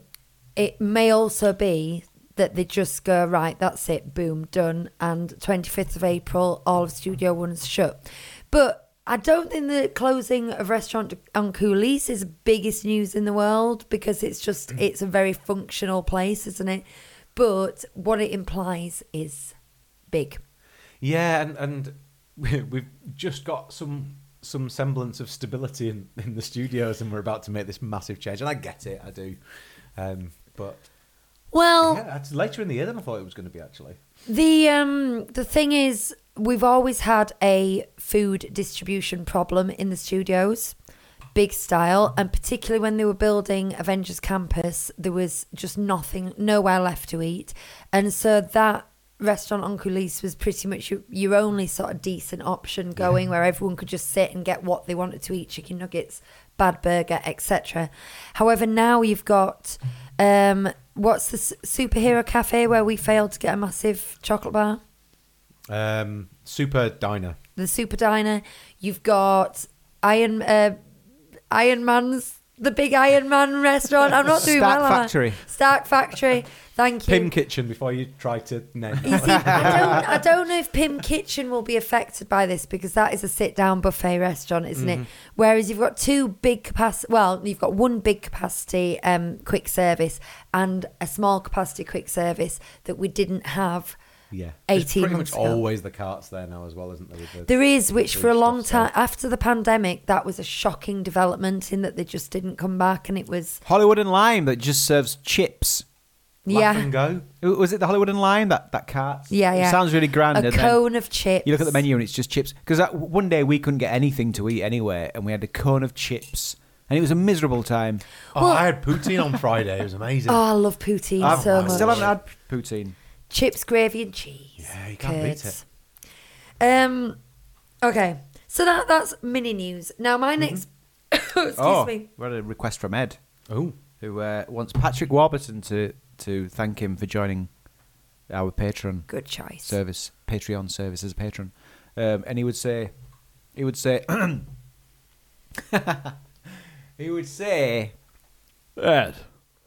[SPEAKER 2] it may also be that they just go right that's it boom done and 25th of april all of studio one's shut but i don't think the closing of restaurant on coolies is biggest news in the world because it's just it's a very functional place isn't it but what it implies is big
[SPEAKER 3] Yeah, and, and [laughs] we- we've just got some some semblance of stability in, in the studios, and we're about to make this massive change. And I get it, I do. Um, but
[SPEAKER 2] well
[SPEAKER 3] yeah, it's later in the year than I thought it was going to be. Actually,
[SPEAKER 2] The um the thing is we've always had a food distribution problem in the studios. Big style, and particularly when they were building Avengers Campus, there was just nothing, nowhere left to eat. And so that restaurant on Coulisse was pretty much your, your only sort of decent option going where everyone could just sit and get what they wanted to eat chicken nuggets, bad burger, etc. However, now you've got um, what's the s- superhero cafe where we failed to get a massive chocolate bar?
[SPEAKER 3] um, Super Diner.
[SPEAKER 2] The Super Diner. You've got Iron uh, Iron Man's the big Iron Man restaurant. I'm not doing
[SPEAKER 4] Stark
[SPEAKER 2] well. am I?
[SPEAKER 4] Factory.
[SPEAKER 2] Stark Factory. Thank you.
[SPEAKER 3] Pim Kitchen. Before you try to name.
[SPEAKER 2] You see,
[SPEAKER 4] [laughs]
[SPEAKER 2] I don't, I don't know if Pim Kitchen will be affected by this because that is a sit-down buffet restaurant, isn't it?
[SPEAKER 4] Mm-hmm.
[SPEAKER 2] Whereas you've got two big capacity, well, you've got one big capacity um, quick service and a small capacity quick service that we didn't have.
[SPEAKER 3] yeah, It's
[SPEAKER 2] 18
[SPEAKER 3] pretty
[SPEAKER 2] months
[SPEAKER 3] much
[SPEAKER 2] ago.
[SPEAKER 3] always the carts there now as well, isn't there? with the-
[SPEAKER 2] There is, which for a
[SPEAKER 3] food
[SPEAKER 2] long time
[SPEAKER 3] stuff,
[SPEAKER 2] after the pandemic, that was a shocking development in that they just didn't come back, and it was
[SPEAKER 4] Hollywood and Lime that just serves chips.
[SPEAKER 3] so- Laugh
[SPEAKER 2] yeah,
[SPEAKER 3] and go.
[SPEAKER 4] W- Was it the Hollywood and Lime that that cart?
[SPEAKER 2] yeah,
[SPEAKER 4] It
[SPEAKER 2] yeah.
[SPEAKER 4] sounds really grand.
[SPEAKER 2] A
[SPEAKER 4] and then
[SPEAKER 2] cone of chips.
[SPEAKER 4] You look at the menu and it's just chips. Because one day we couldn't get anything to eat anywhere, and we had a cone of chips, and it was a miserable time.
[SPEAKER 3] Oh,
[SPEAKER 2] Well-
[SPEAKER 3] I had poutine on Friday. It was amazing.
[SPEAKER 2] Oh, I love poutine
[SPEAKER 4] I've-
[SPEAKER 2] so
[SPEAKER 4] I
[SPEAKER 2] much.
[SPEAKER 4] still haven't had poutine.
[SPEAKER 2] chips, gravy, and cheese.
[SPEAKER 3] Yeah, you can't beat
[SPEAKER 2] Kurtz. Um, okay, so that that's mini news. Now
[SPEAKER 3] Mm-hmm.
[SPEAKER 2] my next, [coughs] excuse
[SPEAKER 4] oh,
[SPEAKER 2] me.
[SPEAKER 4] we had a request from Ed,
[SPEAKER 3] oh,
[SPEAKER 4] who uh, wants Patrick Warburton to to thank him for joining our patron
[SPEAKER 2] Good choice.
[SPEAKER 4] service, Patreon service as a patron, um, and he would say, he would say, [coughs] he would say.
[SPEAKER 5] Ed,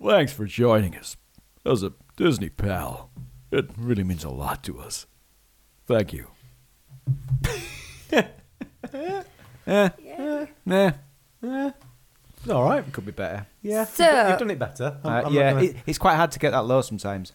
[SPEAKER 5] thanks for joining us. As a Disney pal, it really means a lot to us. Thank you.
[SPEAKER 4] Nah,
[SPEAKER 3] it's all right.
[SPEAKER 4] could be better.
[SPEAKER 3] Yeah,
[SPEAKER 2] So-
[SPEAKER 3] you've done- you've done it better. I'm-
[SPEAKER 4] Uh,
[SPEAKER 3] I'm not
[SPEAKER 4] yeah,
[SPEAKER 3] gonna-
[SPEAKER 4] it, it's quite hard to get that low sometimes.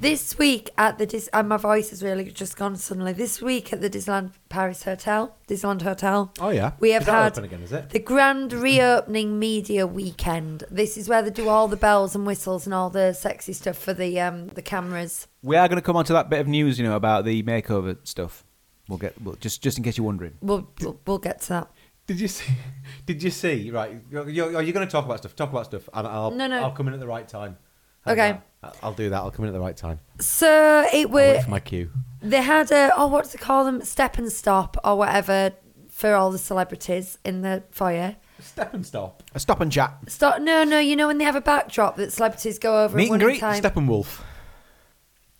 [SPEAKER 2] This week at the Dis- and my voice has really just gone suddenly. This week at the Disneyland Paris Hotel, Disneyland Hotel.
[SPEAKER 3] Oh, yeah.
[SPEAKER 2] we have
[SPEAKER 3] Is that
[SPEAKER 2] had
[SPEAKER 3] open again, is it?
[SPEAKER 2] the grand
[SPEAKER 3] Mm-hmm.
[SPEAKER 2] reopening media weekend. This is where they do all the bells and whistles and all the sexy stuff for the um the cameras.
[SPEAKER 4] We are going to come on to that bit of news, you know, about the makeover stuff. We'll get we'll, just just in case you're wondering.
[SPEAKER 2] We'll we'll, we'll get to that.
[SPEAKER 3] Did you see? [laughs] Did you see? Right, you're, you're, are you going to talk about stuff? Talk about stuff, and I'll
[SPEAKER 2] No, no.
[SPEAKER 3] I'll come in at the right time. How's
[SPEAKER 2] Okay.
[SPEAKER 3] that? I- I'll do that. I'll come in at the right time.
[SPEAKER 2] So it
[SPEAKER 3] I'll
[SPEAKER 2] were
[SPEAKER 3] wait for my cue.
[SPEAKER 2] they had a oh what do they call them step and stop or whatever for all the celebrities in the foyer.
[SPEAKER 3] Step and stop.
[SPEAKER 4] A stop and chat.
[SPEAKER 2] Stop! No, no. You know when they have a backdrop that celebrities go over
[SPEAKER 3] Meet
[SPEAKER 2] one
[SPEAKER 3] and
[SPEAKER 2] at a
[SPEAKER 3] greet.
[SPEAKER 2] time.
[SPEAKER 3] Steppenwolf.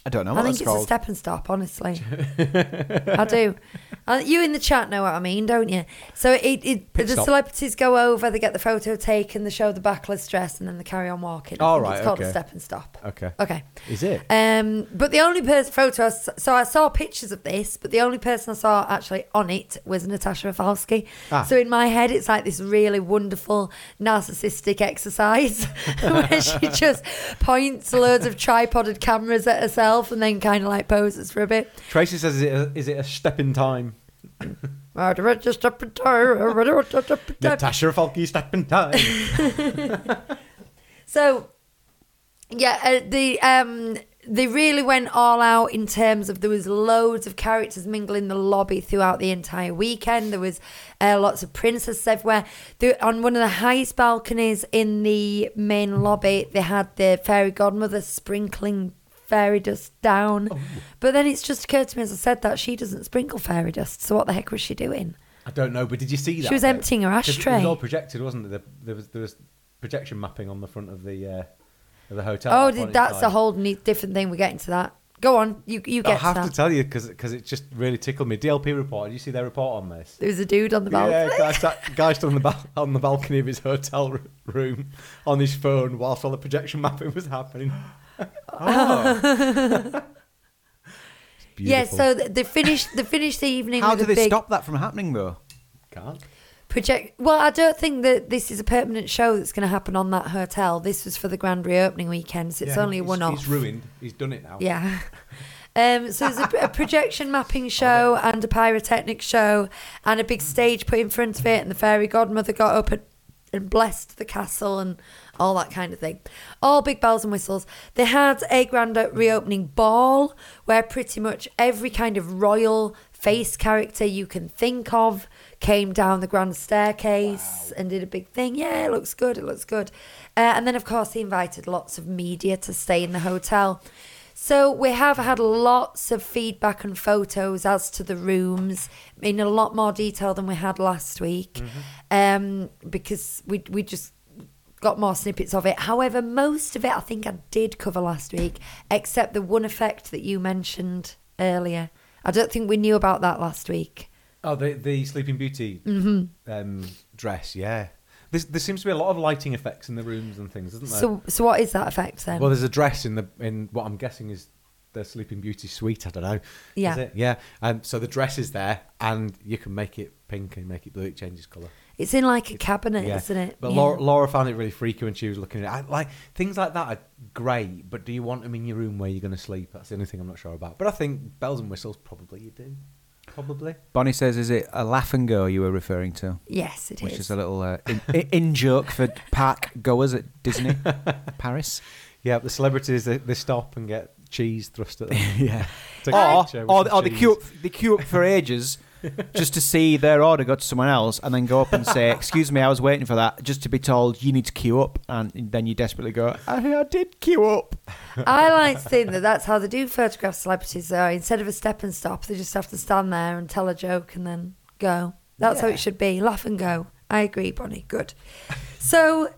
[SPEAKER 4] I don't know
[SPEAKER 2] I
[SPEAKER 4] what
[SPEAKER 2] think
[SPEAKER 4] that's
[SPEAKER 2] it's a
[SPEAKER 4] called.
[SPEAKER 2] step and stop, honestly.
[SPEAKER 3] [laughs]
[SPEAKER 2] I do. Uh, You in the chat know what I mean, don't you? So it, it the
[SPEAKER 3] Pit stop.
[SPEAKER 2] celebrities go over, they get the photo taken, they show the backless dress, and then they carry on walking. I
[SPEAKER 3] All
[SPEAKER 2] think
[SPEAKER 3] right,
[SPEAKER 2] it's called a
[SPEAKER 3] okay.
[SPEAKER 2] step and stop.
[SPEAKER 3] Okay.
[SPEAKER 2] Okay.
[SPEAKER 3] Is it?
[SPEAKER 2] Um, but the only person photo, I s so I saw pictures of this, but the only person I saw actually on it was Natasha Rafalski.
[SPEAKER 3] Ah.
[SPEAKER 2] So in my head, it's like this really wonderful narcissistic exercise [laughs] where
[SPEAKER 3] [laughs]
[SPEAKER 2] she just points loads of tripoded cameras at herself and then kind of like poses for a bit.
[SPEAKER 3] [laughs] Tracy says, is it a, is it a step in time?
[SPEAKER 2] [laughs]
[SPEAKER 3] Natasha Falky step in time.
[SPEAKER 2] So, yeah, uh, the um, they really went all out in terms of there was loads of characters mingling the lobby throughout the entire weekend. There was uh, lots of princesses everywhere. They, on one of the highest balconies in the main lobby, they had the fairy godmother sprinkling fairy dust down.
[SPEAKER 3] Oh.
[SPEAKER 2] But then it's just occurred to me as I said that she doesn't sprinkle fairy dust. So what the heck was she doing?
[SPEAKER 3] I don't know, but did you see that?
[SPEAKER 2] She was
[SPEAKER 3] bit?
[SPEAKER 2] emptying her
[SPEAKER 3] 'Cause It
[SPEAKER 2] ashtray.
[SPEAKER 3] was all projected, wasn't it? There- There was, there was projection mapping on the front of the uh, of the hotel.
[SPEAKER 2] Oh,
[SPEAKER 3] at point
[SPEAKER 2] did,
[SPEAKER 3] in
[SPEAKER 2] that's
[SPEAKER 3] time.
[SPEAKER 2] a whole ne- different thing. We're getting to that. Go on, you you get
[SPEAKER 3] I have
[SPEAKER 2] to that.
[SPEAKER 3] to tell you because it just really tickled me. DLP report. Did you see their report on this?
[SPEAKER 2] There was a dude on the balcony.
[SPEAKER 3] Yeah, guy sat, guy stood on the bal- on the balcony of his hotel r- room on his phone whilst all the projection mapping was happening. It's
[SPEAKER 2] Yeah,
[SPEAKER 3] beautiful.
[SPEAKER 2] so th- they finished they finished the evening
[SPEAKER 4] How
[SPEAKER 2] with
[SPEAKER 4] do
[SPEAKER 2] a
[SPEAKER 4] they
[SPEAKER 2] big
[SPEAKER 4] stop that from happening though?
[SPEAKER 3] can't.
[SPEAKER 2] project. Well, I don't think that this is a permanent show that's going to happen on that hotel. This was for the grand reopening weekend, so it's
[SPEAKER 3] Yeah,
[SPEAKER 2] only a
[SPEAKER 3] he's-
[SPEAKER 2] one off.
[SPEAKER 3] He's ruined. He's done it now.
[SPEAKER 2] Yeah. [laughs] Um, so there's a, a projection mapping show and a pyrotechnic show and a big stage put in front of it, and the fairy godmother got up and, and blessed the castle and all that kind of thing. All big bells and whistles. They had a grand o- reopening ball where pretty much every kind of royal face character you can think of came down the grand staircase and did a big thing. Yeah, it looks good. It looks good. Uh, and then, of course, he invited lots of media to stay in the hotel. So we have had lots of feedback and photos as to the rooms in a lot more detail than we had last week, um, because we we just got more snippets of it. However, most of it I think I did cover last week, except the one effect that you mentioned earlier. I don't think we knew about that last week.
[SPEAKER 3] Oh, the the Sleeping Beauty
[SPEAKER 2] Mm-hmm.
[SPEAKER 3] um, dress. Yeah. There's, there seems to be a lot of lighting effects in the rooms and things, isn't there?
[SPEAKER 2] So so what is that effect then?
[SPEAKER 3] Well, there's a dress in the in what I'm guessing is the Sleeping Beauty suite. I don't know.
[SPEAKER 2] Yeah.
[SPEAKER 3] Is it? Yeah. Um, so the dress is there, and you can make it pink and make it blue. It changes colour.
[SPEAKER 2] it's in like a cabinet,
[SPEAKER 3] Yeah.
[SPEAKER 2] isn't it?
[SPEAKER 3] But
[SPEAKER 2] Yeah.
[SPEAKER 3] Laura, Laura found it really freaky when she was looking at it. I, like things like that are great, but do you want them in your room where you're going to sleep? That's the only thing I'm not sure about. But I think bells and whistles probably you do. Probably.
[SPEAKER 4] Bonnie says, "Is it a laugh and go you were referring to?"
[SPEAKER 2] yes, it is.
[SPEAKER 4] Which is a little uh, in, in- in joke
[SPEAKER 2] [laughs]
[SPEAKER 4] for park goers at [laughs] Disney Paris.
[SPEAKER 3] Yeah. The celebrities they, they stop and get cheese thrust at them.
[SPEAKER 2] [laughs]
[SPEAKER 4] yeah.
[SPEAKER 3] Take a
[SPEAKER 4] Or,
[SPEAKER 3] picture with
[SPEAKER 4] or,
[SPEAKER 3] some
[SPEAKER 4] or Oh, they
[SPEAKER 3] cheese.
[SPEAKER 4] queue up, they queue up for ages just to see their order go to someone else, and then go up and say, "Excuse me, I was waiting for that," just to be told you need to queue up, and then you desperately go, "I, I did queue up."
[SPEAKER 2] I like to think that that's how they do photograph celebrities, though. Instead of a step and stop, they just have to stand there and tell a joke and then go. That's how it should be. Laugh and go. I agree, Bonnie. Good. So,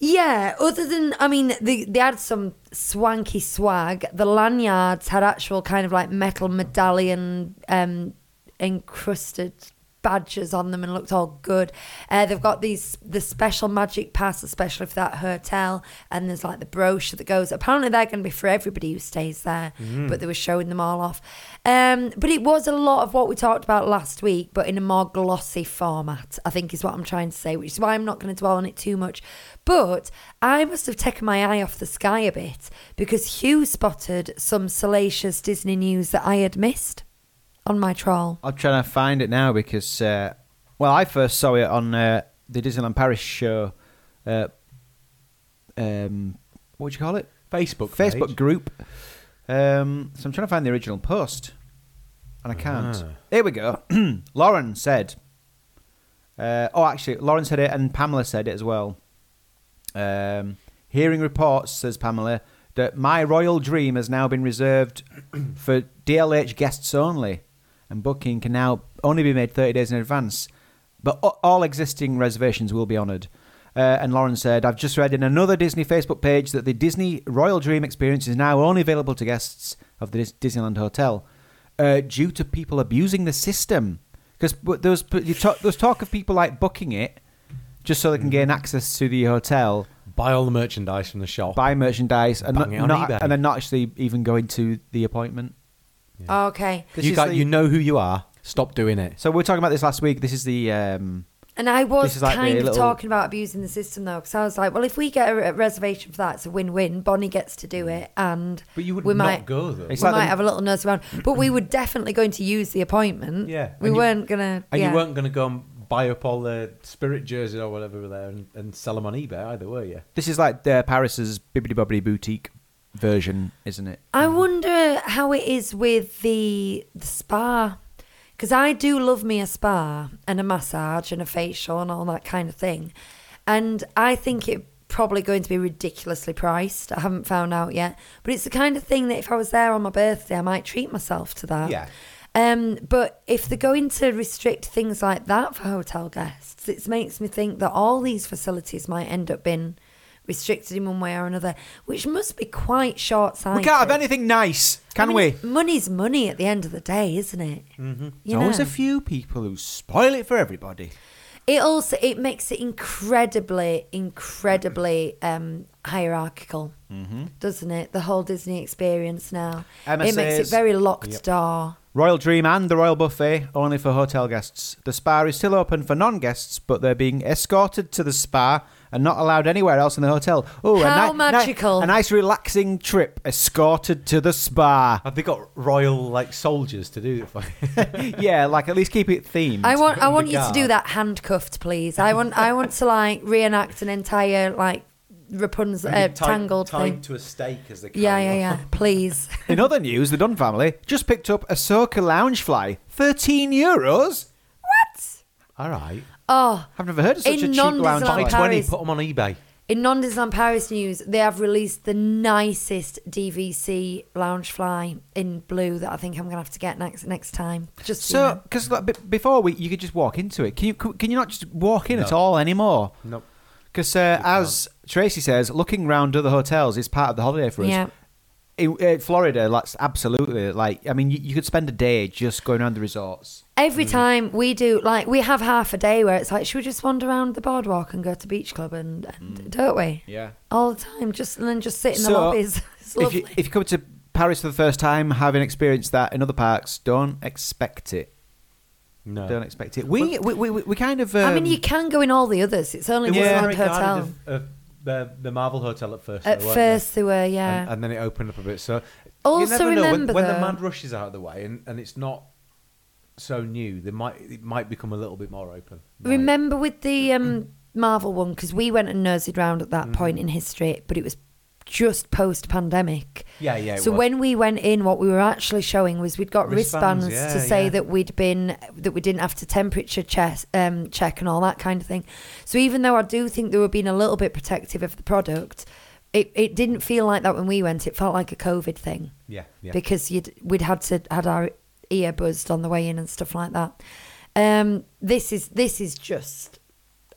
[SPEAKER 2] yeah, other than, I mean, they, they had some swanky swag. The lanyards had actual kind of like metal medallion um, encrusted badges on them and looked all good. Uh, they've got these the special magic pass, especially for that hotel, and there's like the brochure that goes. Apparently, they're going to be for everybody who stays there,
[SPEAKER 4] Mm.
[SPEAKER 2] but they were showing them all off. Um, but it was a lot of what we talked about last week, but in a more glossy format. I think is what I'm trying to say, which is why I'm not going to dwell on it too much. But I must have taken my eye off the sky a bit because Hugh spotted some salacious Disney news that I had missed on my trawl.
[SPEAKER 4] I'm trying to find it now because, uh, well, I first saw it on uh, the Disneyland Paris show. Uh, um, what do you call it?
[SPEAKER 3] Facebook.
[SPEAKER 4] Facebook
[SPEAKER 3] page.
[SPEAKER 4] group. Um, so I'm trying to find the original post, and I can't.
[SPEAKER 3] Ah.
[SPEAKER 4] Here we go. [clears throat] Lauren said. Uh, oh, actually, Lauren said it, and Pamela said it as well. Um, Hearing reports, says Pamela, that my royal dream has now been reserved [coughs] for DLH guests only, and booking can now only be made 30 days in advance. But a- all existing reservations will be honoured. Uh, and Lauren said, I've just read in another Disney Facebook page that the Disney Royal Dream experience is now only available to guests of the Dis- Disneyland Hotel uh, due to people abusing the system. Because there was, but you talk, there was talk of people like booking it just so they can gain access to the hotel,
[SPEAKER 3] Buy all the merchandise from the shop.
[SPEAKER 4] buy merchandise, and,
[SPEAKER 3] Bang it on
[SPEAKER 4] not,
[SPEAKER 3] eBay.
[SPEAKER 4] and then not actually even going to the appointment.
[SPEAKER 2] Okay.
[SPEAKER 4] This
[SPEAKER 3] you,
[SPEAKER 4] is
[SPEAKER 3] got,
[SPEAKER 4] the-
[SPEAKER 3] you know who you are. Stop doing it.
[SPEAKER 4] So we we're talking about this last week. This is the um,
[SPEAKER 2] And I
[SPEAKER 4] This
[SPEAKER 2] was
[SPEAKER 4] is like the
[SPEAKER 2] kind of
[SPEAKER 4] little-
[SPEAKER 2] talking about abusing the system though, because I was like, well, if we get a a reservation for that, it's a win-win. Bonnie gets to do
[SPEAKER 4] Mm.
[SPEAKER 2] it, and
[SPEAKER 3] But you would
[SPEAKER 2] we
[SPEAKER 3] not
[SPEAKER 2] might
[SPEAKER 3] go though.
[SPEAKER 4] It's
[SPEAKER 2] we
[SPEAKER 4] like
[SPEAKER 2] might
[SPEAKER 4] the-
[SPEAKER 2] have a little nurse around, but we were definitely going to use the appointment.
[SPEAKER 3] Yeah,
[SPEAKER 2] we
[SPEAKER 3] and you-
[SPEAKER 2] weren't gonna.
[SPEAKER 3] And
[SPEAKER 2] yeah.
[SPEAKER 3] you weren't going to go and buy up all the spirit jerseys or whatever were there and, and sell them on eBay either, were you?
[SPEAKER 4] this is like uh, Paris's Bibbidi Bobbidi Boutique version, isn't it?
[SPEAKER 2] I wonder how it is with the, the spa. Because I do love me a spa and a massage and a facial and all that kind of thing. And I think it probably going to be ridiculously priced. I haven't found out yet. But it's the kind of thing that if I was there on my birthday, I might treat myself to that.
[SPEAKER 3] Yeah.
[SPEAKER 2] Um, but if they're going to restrict things like that for hotel guests, it makes me think that all these facilities might end up being restricted in one way or another, which must be quite short sighted.
[SPEAKER 4] We can't have anything nice, can
[SPEAKER 2] I
[SPEAKER 4] we?
[SPEAKER 2] mean, Money's money at the end of the day, isn't it? Mm-hmm. You
[SPEAKER 4] There's
[SPEAKER 2] know,
[SPEAKER 4] always a few people who spoil it for everybody.
[SPEAKER 2] it also it makes it incredibly, incredibly um, hierarchical, doesn't it? The whole Disney experience now.
[SPEAKER 4] Mm-hmm. Emma
[SPEAKER 2] it makes it
[SPEAKER 4] says- Mm-hmm.
[SPEAKER 2] very locked door.
[SPEAKER 4] Royal Dream and the Royal Buffet only for hotel guests. The spa is still open for non-guests, but they're being escorted to the spa and not allowed anywhere else in the hotel. Oh, a
[SPEAKER 2] How
[SPEAKER 4] ni- ni-
[SPEAKER 2] magical.
[SPEAKER 4] a nice relaxing trip escorted to the spa. [laughs]
[SPEAKER 3] Have they got royal like soldiers to do it for you? [laughs]
[SPEAKER 4] yeah, like at least keep it themed.
[SPEAKER 2] I want I
[SPEAKER 3] from the
[SPEAKER 2] want you to do
[SPEAKER 3] guard.
[SPEAKER 2] that handcuffed, please. I want I want to like reenact an entire like Rapunzel uh,
[SPEAKER 3] Tied-
[SPEAKER 2] tangled
[SPEAKER 3] tied
[SPEAKER 2] thing.
[SPEAKER 3] to a stake as they
[SPEAKER 2] Yeah,
[SPEAKER 3] carry
[SPEAKER 2] yeah,
[SPEAKER 3] on. [laughs]
[SPEAKER 2] yeah.
[SPEAKER 4] [laughs]
[SPEAKER 2] Please.
[SPEAKER 4] In other news, the Dunn family just picked up a Soka Loungefly, thirteen euros.
[SPEAKER 3] All right.
[SPEAKER 2] Oh,
[SPEAKER 4] I've never heard of such
[SPEAKER 2] In
[SPEAKER 4] a cheap
[SPEAKER 2] non-Disneyland
[SPEAKER 4] loungefly.
[SPEAKER 2] Paris.
[SPEAKER 3] 20, put them on eBay.
[SPEAKER 2] In non Disneyland Paris news, they have released the nicest DVC lounge fly in blue that I think I'm going to have to get next next time. Just so, you
[SPEAKER 4] So,
[SPEAKER 2] know.
[SPEAKER 4] because like, b- before we, you could just walk into it. Can you? c- Can you not just walk in at all anymore?
[SPEAKER 3] Nope.
[SPEAKER 4] Because uh, as Tracy says, looking round other hotels is part of the holiday for us.
[SPEAKER 2] Yeah.
[SPEAKER 4] In, uh, Florida, that's absolutely like. I mean, you, you could spend a day just going around the resorts.
[SPEAKER 2] every time we do, like, we have half a day where it's like, should we just wander around the boardwalk and go to beach club and, and don't we?
[SPEAKER 4] Mm. Yeah.
[SPEAKER 2] All the time, just and then just sit in the
[SPEAKER 4] So,
[SPEAKER 2] lobbies. [laughs]
[SPEAKER 4] If
[SPEAKER 2] It's lovely.
[SPEAKER 4] you, if you come to Paris for the first time, having experienced that in other parks, don't expect it.
[SPEAKER 3] No.
[SPEAKER 4] Don't expect it. We we, we, we kind of. Um,
[SPEAKER 2] I mean, you can go in all the others. It's only
[SPEAKER 3] They were
[SPEAKER 2] Disneyland
[SPEAKER 3] very guarded
[SPEAKER 2] Hotel.
[SPEAKER 3] Of, of the, the Marvel Hotel at first.
[SPEAKER 2] At
[SPEAKER 3] though, weren't they?
[SPEAKER 2] first, they were, yeah.
[SPEAKER 3] And, and then it opened up a bit. So
[SPEAKER 2] Also
[SPEAKER 3] you never know,
[SPEAKER 2] remember,
[SPEAKER 3] when, when the
[SPEAKER 2] though-
[SPEAKER 3] mad rush is out of the way and, and it's not so new, they might it might become a little bit more open. Might.
[SPEAKER 2] Remember with the um, Marvel one because we went and nursered round at that
[SPEAKER 3] Mm-hmm.
[SPEAKER 2] point in history, but it was just post pandemic.
[SPEAKER 3] Yeah, yeah, it
[SPEAKER 2] So
[SPEAKER 3] was.
[SPEAKER 2] when we went in, what we were actually showing was we'd got wristbands,
[SPEAKER 3] Wristbands,
[SPEAKER 2] to
[SPEAKER 3] yeah,
[SPEAKER 2] say
[SPEAKER 3] yeah.
[SPEAKER 2] that we'd been that we didn't have to temperature check, um, check and all that kind of thing. So even though I do think they were being a little bit protective of the product, it it didn't feel like that when we went. It felt like a COVID thing
[SPEAKER 3] Yeah, yeah.
[SPEAKER 2] because you'd we'd had to had our ear buzzed on the way in and stuff like that. Um, this is this is just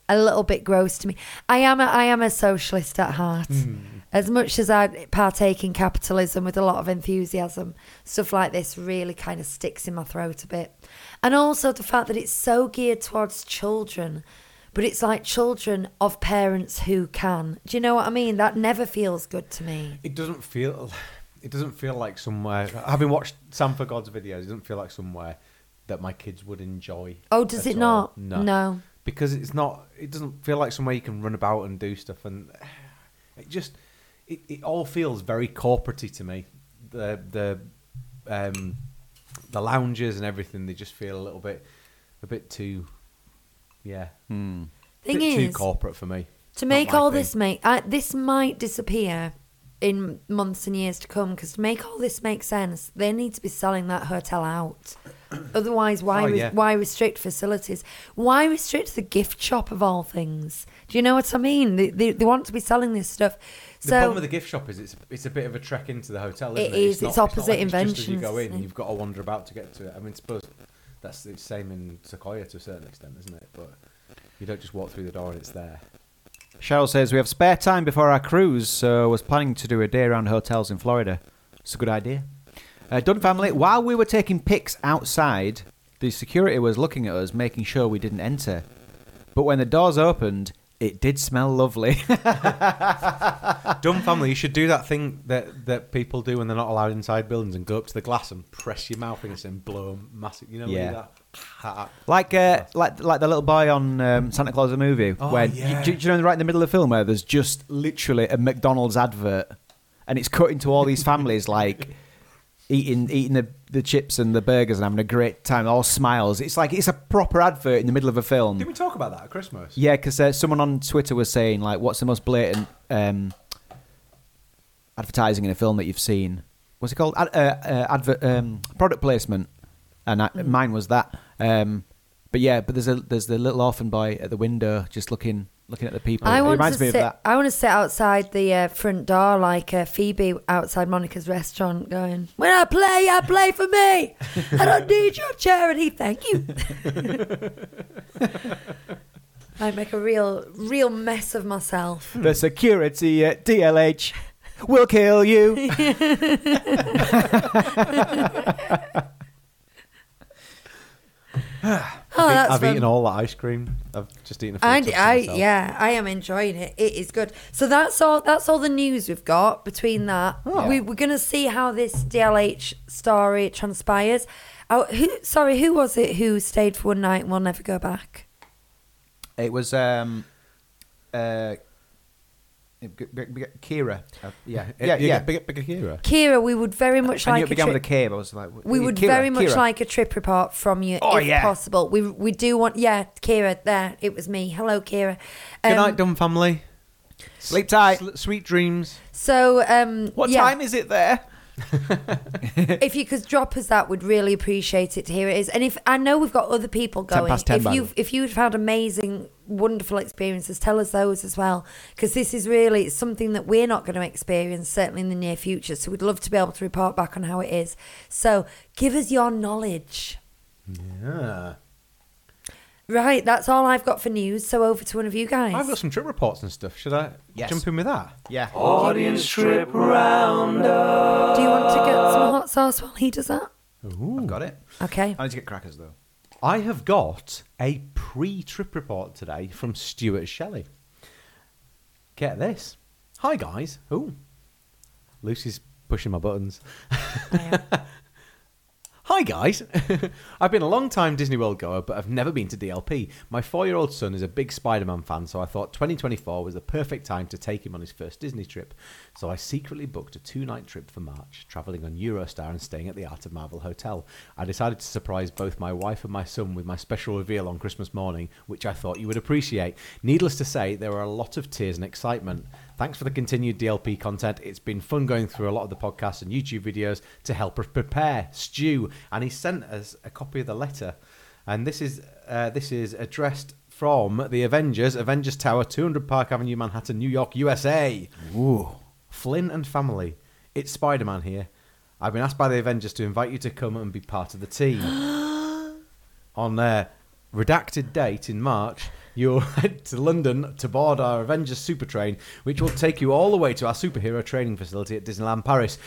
[SPEAKER 2] a little bit gross to me. I am a, I am a socialist at heart.
[SPEAKER 3] Hmm.
[SPEAKER 2] As much as I partake in capitalism with a lot of enthusiasm, stuff like this really kind of sticks in my throat a bit. And also the fact that it's so geared towards children, but it's like children of parents who can. Do you know what I mean? That never feels good to me.
[SPEAKER 3] It doesn't feel. It doesn't feel like somewhere. Having watched Sam for God's videos, it doesn't feel like somewhere that my kids would enjoy.
[SPEAKER 2] Oh, does
[SPEAKER 3] at
[SPEAKER 2] it
[SPEAKER 3] all.
[SPEAKER 2] not?
[SPEAKER 3] No.
[SPEAKER 2] No.
[SPEAKER 3] Because it's not. It doesn't feel like somewhere you can run about and do stuff. And it just. It, it all feels very corporatey to me. The the um, the lounges and everything. They just feel a little bit, a bit too. Yeah.
[SPEAKER 2] Thing
[SPEAKER 3] bit too
[SPEAKER 2] is,
[SPEAKER 3] corporate for me.
[SPEAKER 2] to
[SPEAKER 3] Not
[SPEAKER 2] make
[SPEAKER 3] my
[SPEAKER 2] all
[SPEAKER 3] thing.
[SPEAKER 2] this make I, this might disappear in months and years to come because to make all this make sense they need to be selling that hotel out [clears throat] Otherwise, why
[SPEAKER 3] Oh,
[SPEAKER 2] re-
[SPEAKER 3] yeah.
[SPEAKER 2] why restrict facilities? Why restrict the gift shop of all things? Do you know what I mean? They, they, they want to be selling this stuff.
[SPEAKER 3] The
[SPEAKER 2] So
[SPEAKER 3] problem with the gift shop is it's it's a bit of a trek into the hotel. Isn't
[SPEAKER 2] It
[SPEAKER 3] it,
[SPEAKER 2] is, it's
[SPEAKER 3] not-
[SPEAKER 2] opposite
[SPEAKER 3] it's not like it's just as you
[SPEAKER 2] inventions,
[SPEAKER 3] go
[SPEAKER 2] isn't
[SPEAKER 3] in,
[SPEAKER 2] it?
[SPEAKER 3] you've got to wander about to get to it. I mean, suppose that's the same in Sequoia to a certain extent, isn't it? But you don't just walk through the door and it's there.
[SPEAKER 4] Cheryl says we have spare time before our cruise, so was planning to do a day around hotels in Florida. It's a good idea. Uh, Dunn family, while we were taking pics outside, the security was looking at us, making sure we didn't enter. But when the doors opened, it did smell lovely.
[SPEAKER 3] [laughs]
[SPEAKER 4] [laughs]
[SPEAKER 3] Dumb family, you should do that thing that, that people do when they're not allowed inside buildings and go up to the glass and press your mouth against it and blow 'em massive. You know, when you
[SPEAKER 4] Yeah.
[SPEAKER 3] do that.
[SPEAKER 4] like, uh, like, like the little boy on um, Santa Claus the movie.
[SPEAKER 3] Oh,
[SPEAKER 4] where
[SPEAKER 3] yeah.
[SPEAKER 4] do, do you know right in the middle of the film where there's just literally a McDonald's advert, and it's cut into all these families like
[SPEAKER 3] [laughs]
[SPEAKER 4] eating eating the, the chips and the burgers and having a great time, all smiles. It's like it's a proper advert in the middle of a
[SPEAKER 3] Did
[SPEAKER 4] film.
[SPEAKER 3] we talk about that at Christmas?
[SPEAKER 4] Yeah, because uh, someone on Twitter was saying like, what's the most blatant um, advertising in a film that you've seen? What's it called? Ad, uh, uh, advert um, product placement, and I,
[SPEAKER 2] Mm.
[SPEAKER 4] mine was that. Um, but yeah, but there's a there's the little orphan boy at the window just looking looking at the people.
[SPEAKER 2] I
[SPEAKER 4] it
[SPEAKER 2] want
[SPEAKER 4] reminds
[SPEAKER 2] to
[SPEAKER 4] me
[SPEAKER 2] sit.
[SPEAKER 4] of that.
[SPEAKER 2] I want to sit outside the uh, front door like uh, Phoebe outside Monica's restaurant, going, "When I play, I play for me.
[SPEAKER 4] [laughs]
[SPEAKER 2] I don't need your charity, thank you." [laughs] I make a real, real mess of myself.
[SPEAKER 4] The security at
[SPEAKER 2] [laughs]
[SPEAKER 4] DLH will kill you.
[SPEAKER 2] Oh,
[SPEAKER 3] I've,
[SPEAKER 2] that's
[SPEAKER 3] I've
[SPEAKER 2] fun.
[SPEAKER 3] eaten all that ice cream. I've just eaten a few
[SPEAKER 2] I,
[SPEAKER 3] tubs to
[SPEAKER 2] I
[SPEAKER 3] myself.
[SPEAKER 2] yeah, I am enjoying it. It is good. So that's all. That's all the news we've got between that.
[SPEAKER 4] Oh.
[SPEAKER 2] We, we're gonna see how this DLH story transpires. Oh, who, sorry, who was it who stayed for one night and will never go back?
[SPEAKER 4] It was um, uh, g- g- g- Kira. Uh, yeah, yeah,
[SPEAKER 3] [laughs] You
[SPEAKER 4] yeah.
[SPEAKER 3] get bigger- bigger here.
[SPEAKER 2] Kira, we would very much
[SPEAKER 4] I knew
[SPEAKER 2] like
[SPEAKER 4] it began
[SPEAKER 2] a
[SPEAKER 4] with a
[SPEAKER 2] trip.
[SPEAKER 4] K, but I was like, w-
[SPEAKER 2] we would
[SPEAKER 4] Kira,
[SPEAKER 2] very much
[SPEAKER 4] Kira.
[SPEAKER 2] like a trip report from you,
[SPEAKER 4] Oh,
[SPEAKER 2] if
[SPEAKER 4] yeah.
[SPEAKER 2] possible. We we do want, yeah, Kira. There, it was me. Hello, Kira.
[SPEAKER 3] Good
[SPEAKER 2] Um,
[SPEAKER 3] night, dumb family.
[SPEAKER 4] Sleep tight.
[SPEAKER 3] Sl- sweet dreams.
[SPEAKER 2] So, um,
[SPEAKER 4] What
[SPEAKER 2] yeah.
[SPEAKER 4] time is it there?
[SPEAKER 2] if you could drop us that, we'd really appreciate it. Here it is, and if I know we've got other people
[SPEAKER 4] Ten
[SPEAKER 2] going,
[SPEAKER 4] past ten, by
[SPEAKER 2] if
[SPEAKER 4] the
[SPEAKER 2] you
[SPEAKER 4] way.
[SPEAKER 2] if you've had amazing, wonderful experiences, tell us those as well, because this is really something that we're not going to experience certainly in the near future. So we'd love to be able to report back on how it is. So give us your knowledge.
[SPEAKER 3] Yeah.
[SPEAKER 2] Right, that's all I've got for news. So over to one of you guys.
[SPEAKER 3] I've got some trip reports and stuff. Should I
[SPEAKER 4] Yes.
[SPEAKER 3] jump in with that?
[SPEAKER 4] Yeah.
[SPEAKER 2] Do you want to get some hot sauce while he does that?
[SPEAKER 4] I've got it.
[SPEAKER 2] Okay.
[SPEAKER 4] I need to get crackers, though.
[SPEAKER 3] I have got a pre trip report today from Stuart Shelley. Get this. Hi, guys. Ooh. Lucy's pushing my buttons. Hi guys! [laughs] I've been a long time Disney World goer, but I've never been to DLP. My four year old son is a big Spider Man fan, so I thought 2024 was the perfect time to take him on his first Disney trip. So I secretly booked a two night trip for March, travelling on Eurostar and staying at the Art of Marvel Hotel. I decided to surprise both my wife and my son with my special reveal on Christmas morning, which I thought you would appreciate. Needless to say, there were a lot of tears and excitement. Thanks for the continued DLP content. It's been fun going through a lot of the podcasts and YouTube videos to help us prepare. Stew, and he sent us a copy of the letter, and this is uh, this is addressed from the Avengers, Avengers Tower, 200 Park Avenue, Manhattan, New York, USA. Ooh. Flynn and family. It's Spider-Man here. I've been asked by the Avengers to invite you to come and be part of the team on their redacted date in March, you'll [laughs] head to London to board our Avengers super train, which will take you all the way to our superhero training facility at Disneyland Paris.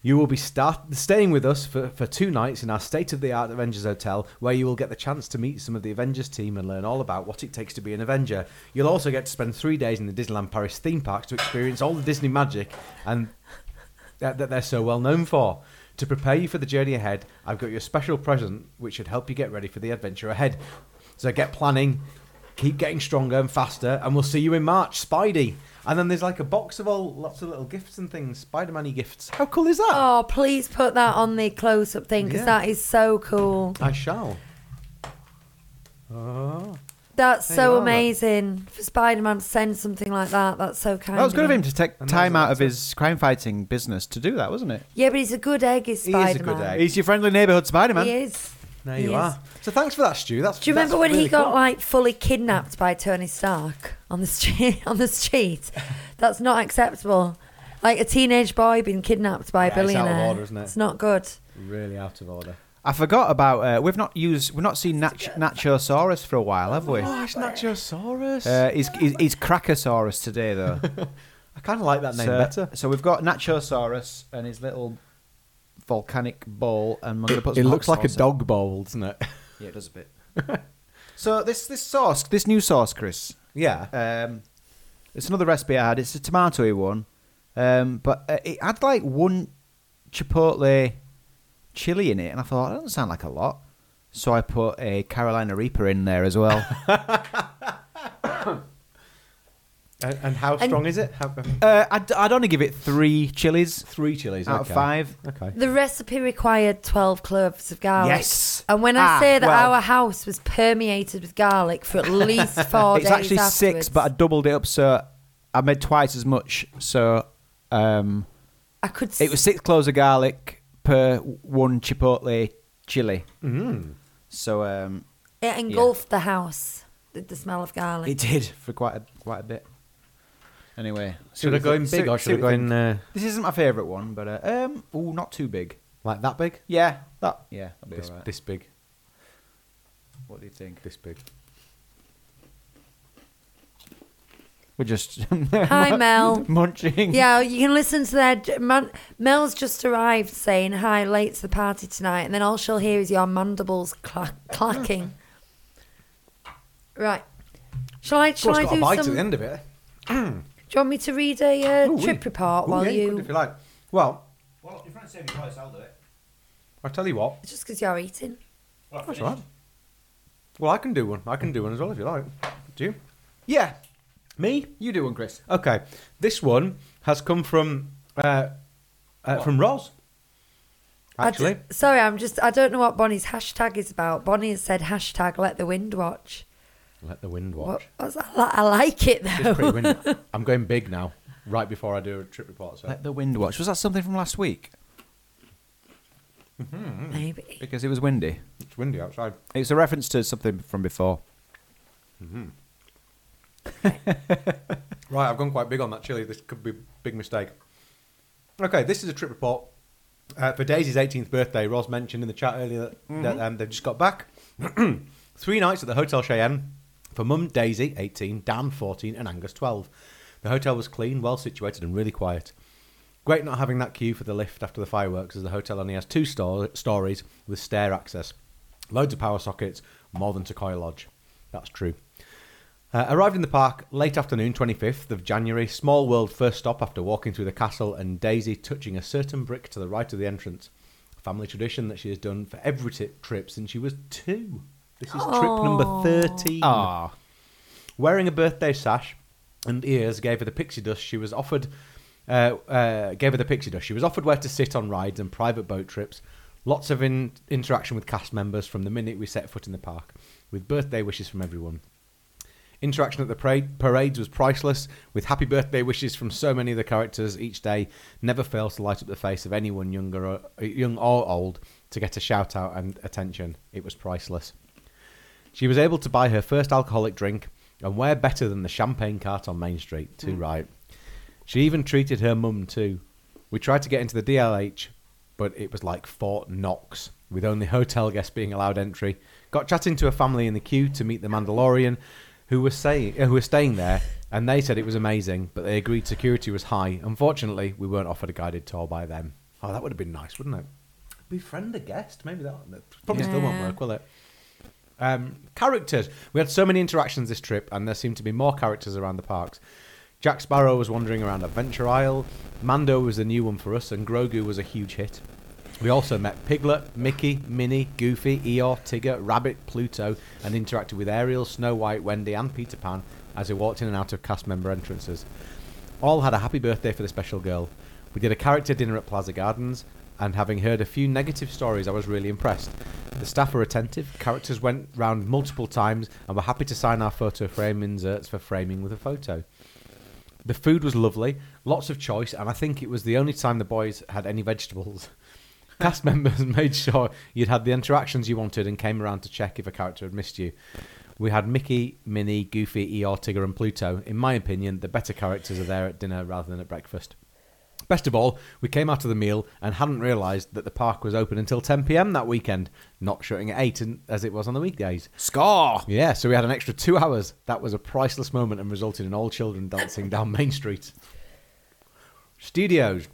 [SPEAKER 3] You will be start- staying with us for, for two nights in our state of the art Avengers Hotel, where you will get the chance to meet some of the Avengers team and learn all about what it takes to be an Avenger. You'll also get to spend three days in the Disneyland Paris theme parks to experience all the Disney magic and that, that they're so well known for. To prepare you for the journey ahead, I've got you a special present which should help you get ready for the adventure ahead. So get planning, keep getting stronger and faster, and we'll see you in March, Spidey. And then there's like a box of all lots of little gifts and things, Spider-Man gifts. How cool is that?
[SPEAKER 2] Oh, please put that on the close up thing because
[SPEAKER 3] Yeah.
[SPEAKER 2] that is so cool.
[SPEAKER 3] I shall. Oh,
[SPEAKER 2] That's
[SPEAKER 3] There you
[SPEAKER 2] so
[SPEAKER 3] are, look.
[SPEAKER 2] amazing for Spider Man to send something like that. That's so kind.
[SPEAKER 4] That was good of
[SPEAKER 2] him.
[SPEAKER 4] him to take
[SPEAKER 3] And
[SPEAKER 4] time
[SPEAKER 3] there's
[SPEAKER 4] out of his crime fighting business to do that, wasn't it?
[SPEAKER 2] Yeah, but he's a good egg. Is
[SPEAKER 3] He is a
[SPEAKER 2] Spider Man?
[SPEAKER 3] good egg.
[SPEAKER 4] He's your friendly neighbourhood Spider Man.
[SPEAKER 2] He is.
[SPEAKER 3] There
[SPEAKER 2] He
[SPEAKER 3] you
[SPEAKER 2] is.
[SPEAKER 3] are. So thanks for that, Stu. That's.
[SPEAKER 2] Do you remember
[SPEAKER 3] that's
[SPEAKER 2] when
[SPEAKER 3] really
[SPEAKER 2] he got
[SPEAKER 3] cool.
[SPEAKER 2] like fully kidnapped by Tony Stark on the street? [laughs] On the street, that's not acceptable. Like a teenage boy being kidnapped by a
[SPEAKER 3] Yeah, it's out of
[SPEAKER 2] billionaire.
[SPEAKER 3] order, isn't it?
[SPEAKER 2] It's not good.
[SPEAKER 3] really out of order?
[SPEAKER 4] I forgot about. Uh, we've not used. We've not seen Nach- Nachosaurus for a while, have we?
[SPEAKER 3] Oh, it's Nachosaurus.
[SPEAKER 4] Uh, he's, he's, he's Krakosaurus today, [laughs] though.
[SPEAKER 3] [laughs] I kind of like that name
[SPEAKER 4] so,
[SPEAKER 3] better.
[SPEAKER 4] so we've got Nachosaurus and his little volcanic ball, and [coughs] I'm going to put.
[SPEAKER 3] It
[SPEAKER 4] some
[SPEAKER 3] looks
[SPEAKER 4] hot
[SPEAKER 3] like a
[SPEAKER 4] sauce in.
[SPEAKER 3] dog bowl, doesn't it? [laughs]
[SPEAKER 4] Yeah, it does a bit. [laughs] so this this sauce, this new sauce, Chris.
[SPEAKER 3] yeah.
[SPEAKER 4] Um, it's another recipe I had. It's a tomatoey one, um, but uh, it had like one chipotle chili in it, and I thought that doesn't sound like a lot. So I put a Carolina Reaper in there as [laughs] well.
[SPEAKER 3] And, and how strong is it? How, um,
[SPEAKER 4] uh, I'd, I'd only give it three chilies
[SPEAKER 3] three chilies
[SPEAKER 4] out
[SPEAKER 3] okay.
[SPEAKER 4] of five.
[SPEAKER 3] Okay.
[SPEAKER 2] The recipe required 12 cloves of garlic.
[SPEAKER 4] Yes.
[SPEAKER 2] And when I
[SPEAKER 4] Ah,
[SPEAKER 2] say that
[SPEAKER 4] well.
[SPEAKER 2] our house was permeated with garlic for at
[SPEAKER 3] [laughs]
[SPEAKER 2] least four
[SPEAKER 4] it's
[SPEAKER 2] days
[SPEAKER 4] actually
[SPEAKER 2] afterwards,
[SPEAKER 4] six, but I doubled it up, so I made twice as much. So um,
[SPEAKER 2] I could
[SPEAKER 4] It was six cloves of garlic per one chipotle chili. Mm. So um,
[SPEAKER 2] It engulfed the house, the, the smell of garlic.
[SPEAKER 4] it did for quite a, quite a bit. Anyway, see
[SPEAKER 3] Should I
[SPEAKER 4] what
[SPEAKER 3] go
[SPEAKER 4] you
[SPEAKER 3] in
[SPEAKER 4] think-
[SPEAKER 3] big
[SPEAKER 4] see-
[SPEAKER 3] or
[SPEAKER 4] see
[SPEAKER 3] should I go
[SPEAKER 4] what you
[SPEAKER 3] in uh,
[SPEAKER 4] think. This isn't my favourite one, but uh, um, ooh, not too big.
[SPEAKER 3] like that big?
[SPEAKER 4] Yeah, that yeah, that'd be
[SPEAKER 3] This,
[SPEAKER 4] alright.
[SPEAKER 3] this big.
[SPEAKER 4] What do you think?
[SPEAKER 3] This big.
[SPEAKER 4] We're just [laughs]
[SPEAKER 2] Hi, Mel.
[SPEAKER 4] munching.
[SPEAKER 2] Yeah, you can listen to their. Man, Mel's just arrived saying, Hi, late to the party tonight. And then all she'll hear is your mandibles clack, clacking.
[SPEAKER 3] [laughs]
[SPEAKER 2] right. Shall I, shall
[SPEAKER 3] Well,
[SPEAKER 2] I
[SPEAKER 3] it's got a
[SPEAKER 2] do
[SPEAKER 3] bite
[SPEAKER 2] some.
[SPEAKER 3] at the end of it.
[SPEAKER 2] Do you want me to read a uh,
[SPEAKER 3] Ooh,
[SPEAKER 2] trip
[SPEAKER 3] wee.
[SPEAKER 2] report
[SPEAKER 3] Ooh,
[SPEAKER 2] while
[SPEAKER 3] yeah, you could
[SPEAKER 2] you.
[SPEAKER 3] if you like. Well,
[SPEAKER 4] Well, if you're trying to save me price, I'll do it.
[SPEAKER 3] I'll tell you what.
[SPEAKER 2] It's just because you're eating.
[SPEAKER 3] That's all right. Well, I can do one. I can do one as well if you like. Do you?
[SPEAKER 4] Yeah,
[SPEAKER 3] Me?
[SPEAKER 4] you do one, Chris.
[SPEAKER 3] Okay. This one has come from uh, uh, from Roz.
[SPEAKER 2] I
[SPEAKER 3] Actually,
[SPEAKER 2] d- sorry, I'm just. I don't know what Bonnie's hashtag is about. Bonnie has said hashtag let the wind watch.
[SPEAKER 3] let the wind
[SPEAKER 2] What,
[SPEAKER 3] watch.
[SPEAKER 2] what's that? I like it
[SPEAKER 3] It's pretty
[SPEAKER 2] though. [laughs]
[SPEAKER 3] windy. I'm going big now. Right before I do a trip report, so
[SPEAKER 4] Let the wind watch. Was that something from last week?
[SPEAKER 2] Maybe.
[SPEAKER 4] Because it was windy.
[SPEAKER 3] it's windy outside.
[SPEAKER 4] It's a reference to something from before.
[SPEAKER 3] Right, I've gone quite big on that chili. This could be a big mistake. Okay, this is a trip report uh, for Daisy's 18th birthday. Roz mentioned in the chat earlier that, that um, they've just got back. [clears throat] Three nights at the Hotel Cheyenne for Mum Daisy, 18, Dan, 14, and Angus, 12. The hotel was clean, well situated, and really quiet. Great not having that queue for the lift after the fireworks, as the hotel only has two stor- stories with stair access. Loads of power sockets, more than Sequoia Lodge. That's true. Uh, arrived in the park late afternoon, 25th of January. Small world first stop after walking through the castle and Daisy touching a certain brick to the right of the entrance. A family tradition that she has done for every ti- trip since she was two. This is trip number 13.
[SPEAKER 4] Ah,
[SPEAKER 3] Wearing a birthday sash and ears gave her the pixie dust she was offered. Uh, uh, gave her the pixie dust. She was offered where to sit on rides and private boat trips. Lots of in- interaction with cast members from the minute we set foot in the park, with birthday wishes from everyone. Interaction at the pra- parades was priceless, with happy birthday wishes from so many of the characters each day. Never fails to light up the face of anyone younger, or, young or old, to get a shout out and attention. It was priceless. She was able to buy her first alcoholic drink, and where better than the champagne cart on Main Street? Too right. She even treated her mum too. We tried to get into the DLH, but it was like Fort Knox, with only hotel guests being allowed entry. Got chatting to a family in the queue to meet the Mandalorian, who were saying uh, who were staying there, and they said it was amazing, but they agreed security was high. Unfortunately, we weren't offered a guided tour by them. Oh, that would have been nice, wouldn't it? Befriend a guest, maybe that that probably still won't
[SPEAKER 2] Yeah.
[SPEAKER 3] work, will it? Um, characters. We had so many interactions this trip, and there seemed to be more characters around the parks. Jack Sparrow was wandering around Adventure Isle. Mando was the new one for us, and Grogu was a huge hit. We also met Piglet, Mickey, Minnie, Goofy, Eeyore, Tigger, Rabbit, Pluto, and interacted with Ariel, Snow White, Wendy, and Peter Pan as we walked in and out of cast member entrances. All had a happy birthday for the special girl. We did a character dinner at Plaza Gardens, and having heard a few negative stories, I was really impressed. The staff were attentive, characters went round multiple times, and were happy to sign our photo frame inserts for framing with a photo. The food was lovely, lots of choice, and I think it was the only time the boys had any vegetables. Cast members [laughs] made sure you'd had the interactions you wanted and came around to check if a character had missed you. We had Mickey, Minnie, Goofy, Eeyore, Tigger, and Pluto. In my opinion, the better characters are there at dinner rather than at breakfast. Best of all, we came out of the meal and hadn't realised that the park was open until 10 pm that weekend, not shutting at 8 and- as it was on the weekdays.
[SPEAKER 4] Score!
[SPEAKER 3] Yeah, so we had an extra two hours. That was a priceless moment and resulted in all children dancing down Main Street. Studios.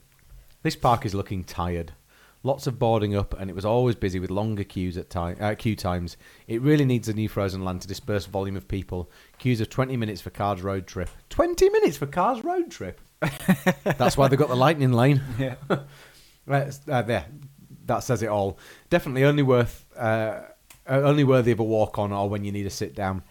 [SPEAKER 3] This park is looking tired. Lots of boarding up, and it was always busy with longer queues at time, uh, queue times. It really needs a new Frozen Land to disperse volume of people. Queues of 20 minutes for Cars Road Trip. 20 minutes for Cars Road Trip? That's why they've got the lightning lane. Yeah. [laughs] right, uh, there. That says it all. Definitely only worth, uh, uh, only worthy of a walk on or when you need a sit down.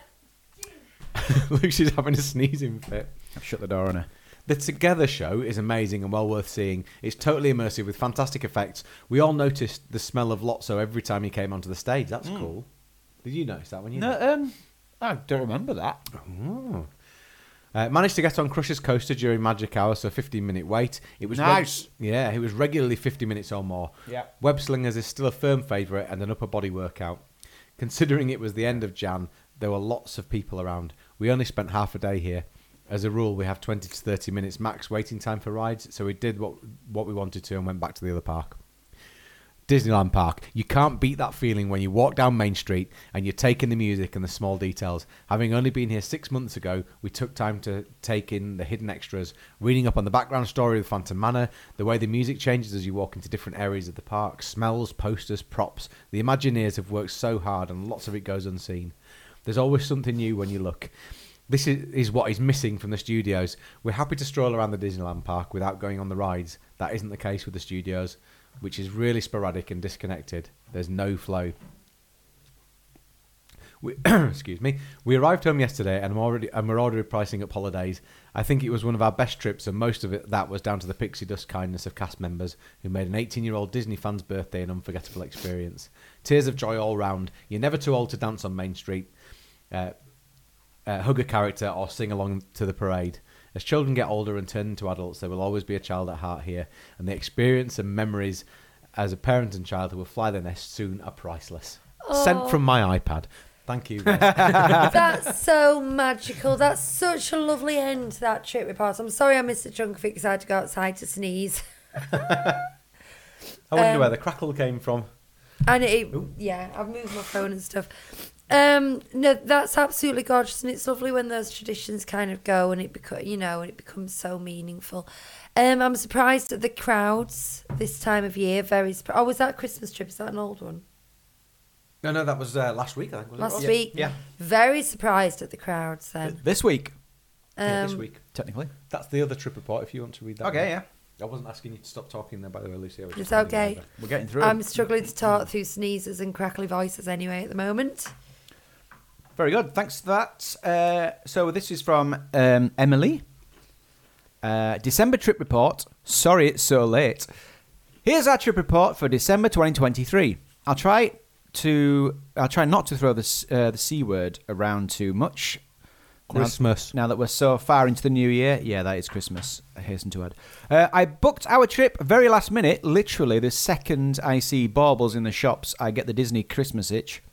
[SPEAKER 3] [laughs] Lucy's having a sneezing fit.
[SPEAKER 4] I've shut the door on her.
[SPEAKER 3] The Together show is amazing and well worth seeing. It's totally immersive with fantastic effects. We all noticed the smell of Lotso every time he came onto the stage. That's cool. Did you notice that when you?
[SPEAKER 4] No, um, I don't remember that.
[SPEAKER 3] Oh. Uh, managed to get on Crusher's coaster during magic hour, so 15 minute wait. It was
[SPEAKER 4] Nice.
[SPEAKER 3] yeah, it was regularly 50 minutes or more.
[SPEAKER 4] Yeah.
[SPEAKER 3] Web Slingers is still a firm favourite and an upper body workout. Considering it was the end of Jan, there were lots of people around. We only spent half a day here. As a rule, we have 20 to 30 minutes max waiting time for rides, so we did what what we wanted to and went back to the other park. Disneyland Park. You can't beat that feeling when you walk down Main Street and you're taking the music and the small details. Having only been here six months ago, we took time to take in the hidden extras, reading up on the background story of Phantom Manor, the way the music changes as you walk into different areas of the park, smells, posters, props. The Imagineers have worked so hard and lots of it goes unseen. There's always something new when you look. This is, is what is missing from the studios. We're happy to stroll around the Disneyland park without going on the rides. That isn't the case with the studios, which is really sporadic and disconnected. There's no flow. We, [coughs] excuse me. We arrived home yesterday, and I'm already and we're already pricing up holidays. I think it was one of our best trips, and most of it that was down to the pixie dust kindness of cast members who made an 18-year-old Disney fan's birthday an unforgettable experience. Tears of joy all round. You're never too old to dance on Main Street. Uh, uh, hug a character or sing along to the parade. As children get older and turn into adults, there will always be a child at heart here, and the experience and memories as a parent and child who will fly their nest soon are priceless.
[SPEAKER 2] Oh.
[SPEAKER 3] Sent from my iPad. Thank [laughs] you. Wes.
[SPEAKER 2] That's so magical. That's such a lovely end to that trip with Pass. I'm sorry I missed the chunk of it because I had to go outside to sneeze. [laughs]
[SPEAKER 3] I wonder
[SPEAKER 2] Um,
[SPEAKER 3] where the crackle came from.
[SPEAKER 2] And it, yeah, I've moved my phone and stuff. Um, no, that's absolutely gorgeous, and it's lovely when those traditions kind of go and it beco- you know, and it becomes so meaningful. Um, I'm surprised at the crowds this time of year. Very. Surpri- oh, was that Christmas trip? Is that an old one?
[SPEAKER 3] No, no, that was uh, last week, I think. was it?
[SPEAKER 2] Last
[SPEAKER 3] Yeah.
[SPEAKER 2] week.
[SPEAKER 3] Yeah.
[SPEAKER 2] Very surprised at the crowds then.
[SPEAKER 4] This week,
[SPEAKER 3] yeah, this
[SPEAKER 2] Um,
[SPEAKER 3] week.
[SPEAKER 4] technically.
[SPEAKER 3] That's the other trip report if you want to read that.
[SPEAKER 4] Okay,
[SPEAKER 3] one. I wasn't asking you to stop talking there, by the way, Lucy. I was
[SPEAKER 2] It's
[SPEAKER 3] just handing
[SPEAKER 2] okay.
[SPEAKER 3] it over.
[SPEAKER 4] We're getting through.
[SPEAKER 2] I'm struggling to talk through sneezes and crackly voices anyway at the moment.
[SPEAKER 4] Very good. Thanks for that. Uh, so this is from um, Emily. Uh, December trip report. Sorry it's so late. Here's our trip report for December 2023. I'll try to. I'll try not to throw the s- uh, the c word around too much. Now-
[SPEAKER 3] Christmas.
[SPEAKER 4] Now, that we're so far into the new year, yeah, that is Christmas. I hasten to add. Uh, I booked our trip very last minute. Literally, the second I see baubles in the shops, I get the Disney Christmas itch.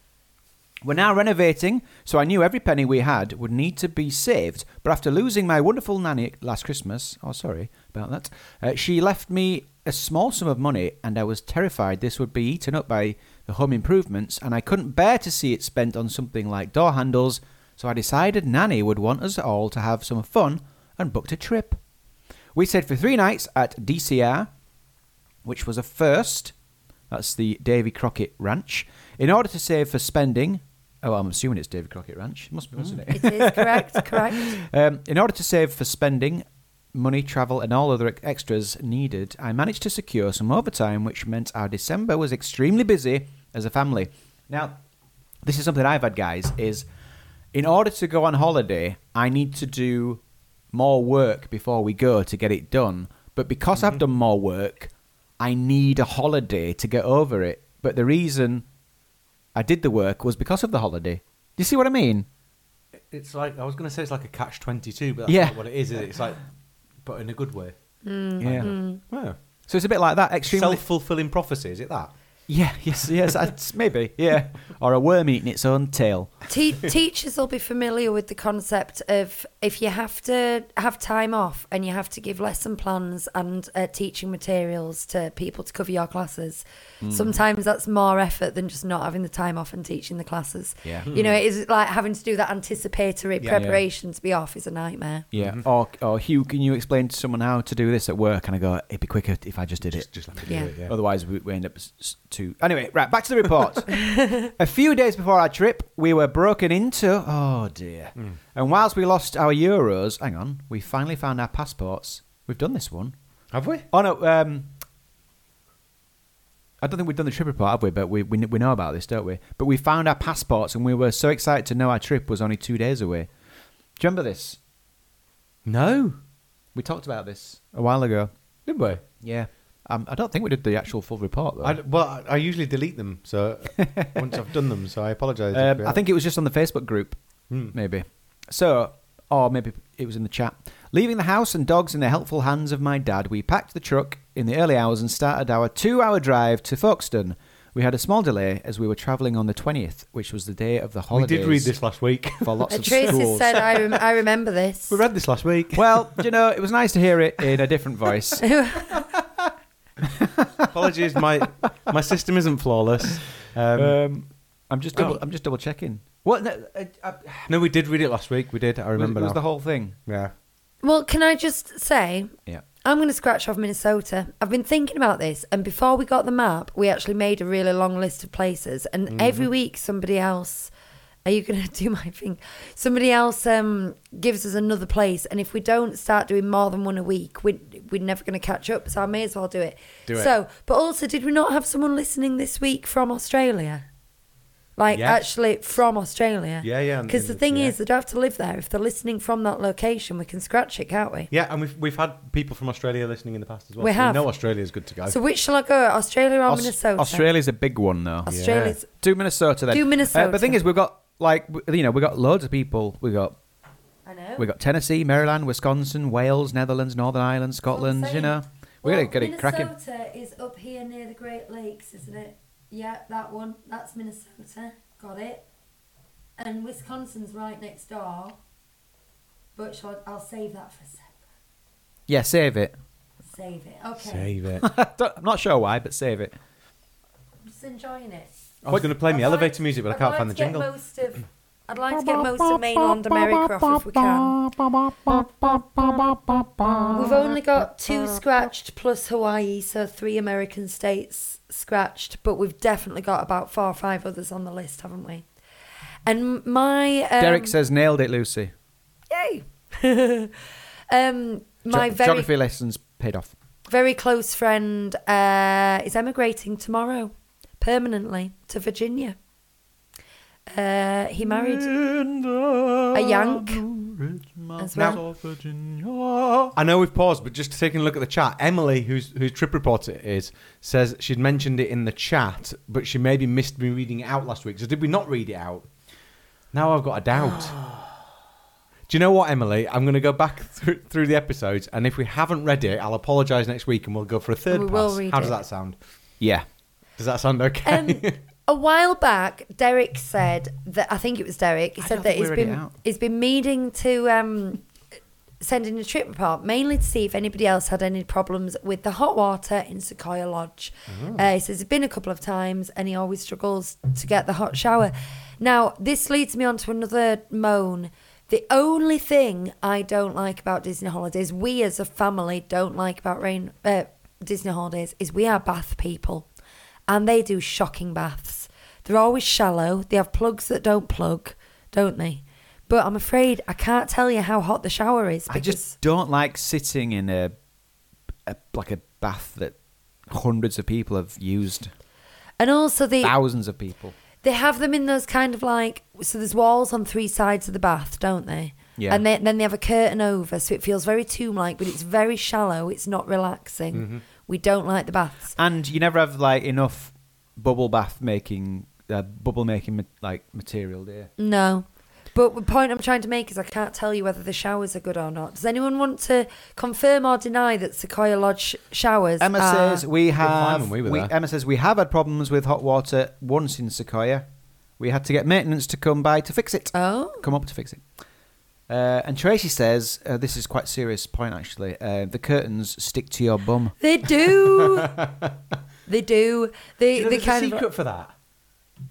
[SPEAKER 4] We're now renovating, so I knew every penny we had would need to be saved. But after losing my wonderful nanny last Christmas, oh, sorry about that, uh, she left me a small sum of money, and I was terrified this would be eaten up by the home improvements, and I couldn't bear to see it spent on something like door handles, so I decided Nanny would want us all to have some fun and booked a trip. We stayed for three nights at DCR, which was a first. That's the Davy Crockett Ranch. In order to save for spending, oh, I'm assuming it's Davy Crockett Ranch. It must be, mustn't it?
[SPEAKER 2] Mm. It is
[SPEAKER 4] [laughs]
[SPEAKER 2] correct, correct.
[SPEAKER 4] um, in order to save for spending, money, travel, and all other extras needed, I managed to secure some overtime, which meant our December was extremely busy as a family. Now, this is something I've had, guys. Is in order to go on holiday, I need to do more work before we go to get it done. But because I've done more work, I need a holiday to get over it. But the reason I did the work was because of the holiday. Do you see what I mean?
[SPEAKER 3] It's like, I was going to say it's like a catch 22, but that's
[SPEAKER 4] Yeah.
[SPEAKER 3] not what it is. is it? It's like, but in a good way.
[SPEAKER 4] Yeah.
[SPEAKER 3] Well,
[SPEAKER 4] So it's a bit like that. Extremely.
[SPEAKER 3] Self fulfilling prophecy, is it that?
[SPEAKER 4] Yeah. Yes. Yes. that's- maybe. Yeah. [laughs] Or a worm eating its own tail.
[SPEAKER 2] Te- teachers will be familiar with the concept of if you have to have time off and you have to give lesson plans and uh, teaching materials to people to cover your classes.
[SPEAKER 4] Hmm.
[SPEAKER 2] Sometimes that's more effort than just not having the time off and teaching the classes.
[SPEAKER 4] Yeah. Hmm.
[SPEAKER 2] You know, it is like having to do that anticipatory
[SPEAKER 3] Yeah.
[SPEAKER 2] preparation to be off is a nightmare.
[SPEAKER 4] Yeah.
[SPEAKER 3] Mm-hmm.
[SPEAKER 4] Or, or Hugh, can you explain to someone how to do this at work? And I go, it'd be quicker if I just did it.
[SPEAKER 3] Just, just let me do
[SPEAKER 2] Yeah.
[SPEAKER 3] it, yeah.
[SPEAKER 4] Otherwise, we, we end up s- s- too. Anyway, right, back to the [laughs] report. a few days before our trip, we were broken into. Oh, dear.
[SPEAKER 3] Mm.
[SPEAKER 4] And whilst we lost our euros, hang on, we finally found our passports. We've done this one.
[SPEAKER 3] Have we?
[SPEAKER 4] Oh, no. Um, I don't think we've done the trip report, have we? But we, we, kn- we know about this, don't we? But we found our passports and we were so excited to know our trip was only two days away. Do you remember this?
[SPEAKER 3] No.
[SPEAKER 4] We talked about this a while ago.
[SPEAKER 3] Did we?
[SPEAKER 4] Yeah. Um, I don't think we did the actual full report, though.
[SPEAKER 3] I, well, I- I usually delete them,
[SPEAKER 4] [laughs]
[SPEAKER 3] so once I've done them, so I apologise. if
[SPEAKER 4] Um,
[SPEAKER 3] we
[SPEAKER 4] I think it was just on the Facebook group,
[SPEAKER 3] Hmm.
[SPEAKER 4] maybe. So, or maybe it was in the chat. Leaving the house and dogs in the helpful hands of my dad, we packed the truck in the early hours and started our two hour drive to Folkestone. We had a small delay as we were travelling on the 20th, which was the day of the
[SPEAKER 3] haven't. we
[SPEAKER 4] holidays.
[SPEAKER 3] did read this last week.
[SPEAKER 4] for lots
[SPEAKER 2] Uh,
[SPEAKER 4] of
[SPEAKER 2] Tracy
[SPEAKER 4] schools.
[SPEAKER 2] said, I, rem- I
[SPEAKER 4] [laughs]
[SPEAKER 2] remember this.
[SPEAKER 3] we read this last week.
[SPEAKER 4] [laughs] well, do you know, it was nice to hear it in a
[SPEAKER 3] [laughs]
[SPEAKER 4] different voice.
[SPEAKER 3] Apologies, my my system isn't flawless. Um,
[SPEAKER 4] Um, I'm just
[SPEAKER 3] Oh.
[SPEAKER 4] double, I'm just double checking. What? No, I, I,
[SPEAKER 3] no, we did read it last week. We did. I remember
[SPEAKER 4] it was
[SPEAKER 3] now.
[SPEAKER 4] the whole thing.
[SPEAKER 3] yeah.
[SPEAKER 2] Well, can I just say,
[SPEAKER 4] Yeah.
[SPEAKER 2] I'm going to scratch off Minnesota. I've been thinking about this, and before we got the map, we actually made a really long list of places. And
[SPEAKER 3] Mm-hmm.
[SPEAKER 2] every week, somebody else, are you going to [laughs] do my thing? Somebody else um, gives us another place, and if we don't start doing more than one a week, we, we're never going to catch up. So I may as well do it.
[SPEAKER 3] Do it.
[SPEAKER 2] So, but also, did we not have someone listening this week from Australia? Like
[SPEAKER 3] Yes.
[SPEAKER 2] actually from Australia.
[SPEAKER 3] Yeah, yeah, and-
[SPEAKER 2] Because the thing
[SPEAKER 3] yeah.
[SPEAKER 2] is, they don't have to live there. If they're listening from that location, we can scratch it, can't we?
[SPEAKER 3] Yeah, and we've we've had people from Australia listening in the past as well.
[SPEAKER 2] We
[SPEAKER 3] so
[SPEAKER 2] have.
[SPEAKER 3] know Australia's good to go.
[SPEAKER 2] So which shall I go? Australia or
[SPEAKER 4] Aus-
[SPEAKER 2] Oh, Minnesota?
[SPEAKER 4] Australia's a big one, though.
[SPEAKER 2] Australia's.
[SPEAKER 4] Do Minnesota then.
[SPEAKER 2] Do Minnesota.
[SPEAKER 4] Uh, but the thing is, we've got like w- you know we have got loads of people. We got
[SPEAKER 2] I know.
[SPEAKER 4] we got Tennessee, Maryland, Wisconsin, Wales, Netherlands, Northern Ireland,
[SPEAKER 2] That's what I'm
[SPEAKER 4] Scotland. You
[SPEAKER 2] saying.
[SPEAKER 4] know, we
[SPEAKER 2] well,
[SPEAKER 4] gotta get it cracking.
[SPEAKER 2] Minnesota is up here near the Great Lakes, isn't it? Yeah, that one. That's Minnesota. Got it. And Wisconsin's right next door. But shall I, I'll save that for a sec.
[SPEAKER 4] Yeah, save it. [laughs]
[SPEAKER 2] Save it. Okay. [laughs]
[SPEAKER 3] Save it.
[SPEAKER 4] Don't- I'm not sure why, but save it.
[SPEAKER 2] I'm just enjoying it.
[SPEAKER 3] I was going to play
[SPEAKER 2] I'd
[SPEAKER 3] me
[SPEAKER 2] like-
[SPEAKER 3] elevator music, but I
[SPEAKER 2] I'd
[SPEAKER 3] can't
[SPEAKER 2] like
[SPEAKER 3] find the
[SPEAKER 2] to get
[SPEAKER 3] jingle.
[SPEAKER 2] Most of, I'd like to get most of mainland America off if we can. We've only got two scratched plus Hawaii, so three American states scratched, but we've definitely got about four or five others on the list, haven't we? And my um,
[SPEAKER 4] Derek says nailed it, Lucy.
[SPEAKER 2] yay. [laughs] um, my
[SPEAKER 4] Ge-
[SPEAKER 2] very
[SPEAKER 4] geography lessons paid off.
[SPEAKER 2] very close friend uh, is emigrating tomorrow permanently to Virginia. Uh, he married
[SPEAKER 4] Mm.
[SPEAKER 2] a Yank as well.
[SPEAKER 3] I know we've paused, but just taking a look at the chat, Emily, who's whose trip report it is, says she'd mentioned it in the chat, but she maybe missed me reading it out last week. So did we not read it out? Now I've got a doubt.
[SPEAKER 2] [gasps]
[SPEAKER 3] Do you know what, Emily? I'm going to go back through, through the episodes, and if we haven't read it, I'll apologise next week, and we'll go for a third
[SPEAKER 2] We
[SPEAKER 3] pass.
[SPEAKER 2] will read
[SPEAKER 3] How does
[SPEAKER 2] it.
[SPEAKER 3] that sound?
[SPEAKER 4] Yeah.
[SPEAKER 3] Does that sound okay? [laughs]
[SPEAKER 4] [laughs]
[SPEAKER 2] Um, a while back, Derek said that I think it was Derek. He
[SPEAKER 4] I
[SPEAKER 2] said
[SPEAKER 4] don't
[SPEAKER 2] that
[SPEAKER 4] think we
[SPEAKER 2] he's
[SPEAKER 4] read it
[SPEAKER 2] been
[SPEAKER 4] out.
[SPEAKER 2] he's been meaning to um, send in a trip report mainly to see if anybody else had any problems with the hot water in Sequoia Lodge. Uh, he says it's been a couple of times, and he always struggles to get the hot shower. Now this leads me on to another moan. The only thing I don't like about Disney holidays, we as a family don't like about rain uh, Disney holidays, is we are bath people and they do shocking baths. They're always shallow. They have plugs that don't plug, don't they? But I'm afraid I can't tell you how hot the shower is because
[SPEAKER 4] I just don't like sitting in a, a like a bath that hundreds of people have used.
[SPEAKER 2] and also the
[SPEAKER 4] Thousands of people.
[SPEAKER 2] They have them in those kind of like so there's walls on three sides of the bath, don't they?
[SPEAKER 4] Yeah.
[SPEAKER 2] And they, then they have a curtain over, so it feels very tomb like, but it's very shallow. It's not relaxing. We don't like the baths.
[SPEAKER 4] and you never have like enough bubble bath making uh, bubble making ma- like material there.
[SPEAKER 2] No. But the point I'm trying to make is I can't tell you whether the showers are good or not. Does anyone want to confirm or deny that Sequoia Lodge sh- showers?
[SPEAKER 4] Emma
[SPEAKER 2] are-
[SPEAKER 4] says we
[SPEAKER 3] fine
[SPEAKER 4] have.
[SPEAKER 3] when uh, we were there.
[SPEAKER 4] Emma says we have had problems with hot water once in Sequoia. We had to get maintenance to come by to fix it.
[SPEAKER 2] "Oh,
[SPEAKER 4] come up to fix it. Uh, and Tracy says uh, this is quite a serious point actually. Uh, the curtains stick to your bum.
[SPEAKER 2] they do, they do, they
[SPEAKER 3] You
[SPEAKER 2] they
[SPEAKER 3] know, there's a
[SPEAKER 2] kind
[SPEAKER 3] secret
[SPEAKER 2] of."
[SPEAKER 3] for that.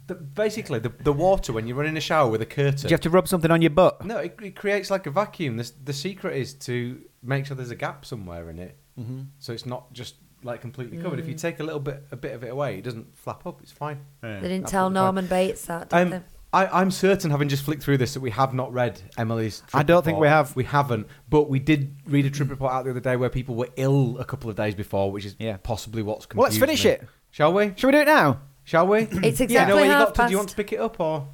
[SPEAKER 3] The, basically, the, the water when you run in a shower with a curtain.
[SPEAKER 4] Do you have to rub something on your butt?
[SPEAKER 3] no, it, it creates like a vacuum. The, s- the secret is to make sure there's a gap somewhere in it, mm-hmm. so it's not just like completely covered.
[SPEAKER 2] Mm.
[SPEAKER 3] If you take a little bit a bit of it away, it doesn't flap up. It's fine.
[SPEAKER 2] They didn't tell Norman Bates that, did they?
[SPEAKER 3] Um, I, I'm certain, having just flicked through this, that we have not read Emily's. Trip
[SPEAKER 4] I don't think
[SPEAKER 3] report.
[SPEAKER 4] we have.
[SPEAKER 3] We haven't, but we did read a trip report out the other day where people were ill a couple of days before, which is
[SPEAKER 4] Yeah.
[SPEAKER 3] possibly what's.
[SPEAKER 4] Well, let's
[SPEAKER 3] confused
[SPEAKER 4] finish
[SPEAKER 3] me.
[SPEAKER 4] it.
[SPEAKER 3] Shall we?
[SPEAKER 4] Shall we do it now?
[SPEAKER 3] Shall we?
[SPEAKER 2] It's
[SPEAKER 3] Yeah, I know
[SPEAKER 2] exactly
[SPEAKER 3] where you
[SPEAKER 2] half
[SPEAKER 3] got to. Do you want to
[SPEAKER 2] past.
[SPEAKER 3] pick it up or?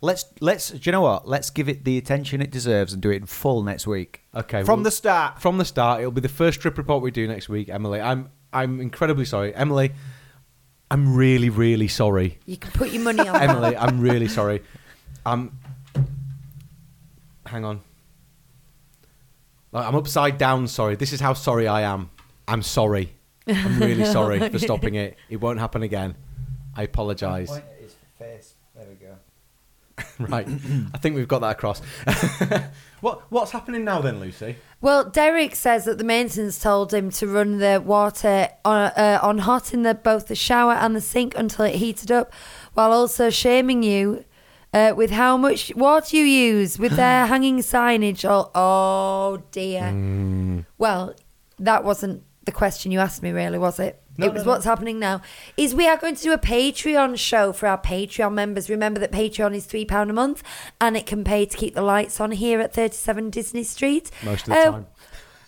[SPEAKER 4] Let's let's. Do you know what? Let's give it the attention it deserves and do it in full next week.
[SPEAKER 3] Okay,
[SPEAKER 4] From
[SPEAKER 3] well-
[SPEAKER 4] the start.
[SPEAKER 3] From the start, it'll be the first trip report we do next week, Emily. I'm I'm incredibly sorry, Emily. I'm really
[SPEAKER 4] [laughs]
[SPEAKER 3] really sorry,
[SPEAKER 2] You can put your money on that.
[SPEAKER 3] Emily. I'm really sorry. Um, hang on. Like, I'm upside down. Sorry. This is how sorry I am. I'm sorry. I'm really sorry
[SPEAKER 4] [laughs]
[SPEAKER 3] for stopping it. It won't happen again. I apologise.
[SPEAKER 4] There we go.
[SPEAKER 3] Right. I think we've got that across. [laughs] what What's happening now then, Lucy?
[SPEAKER 2] Well, Derek says that the maintenance told him to run the water on, uh, on hot in the, both the shower and the sink until it heated up, while also shaming you uh, with how much water you use with their hanging signage. Oh, oh dear. Well, that wasn't the question you asked me, really, was it? it was what's happening now. Is we are going to do a Patreon show for our Patreon members. Remember that Patreon is three pound a month, and it can pay to keep the lights on here at thirty seven Disney Street. Um,
[SPEAKER 3] Most of the time.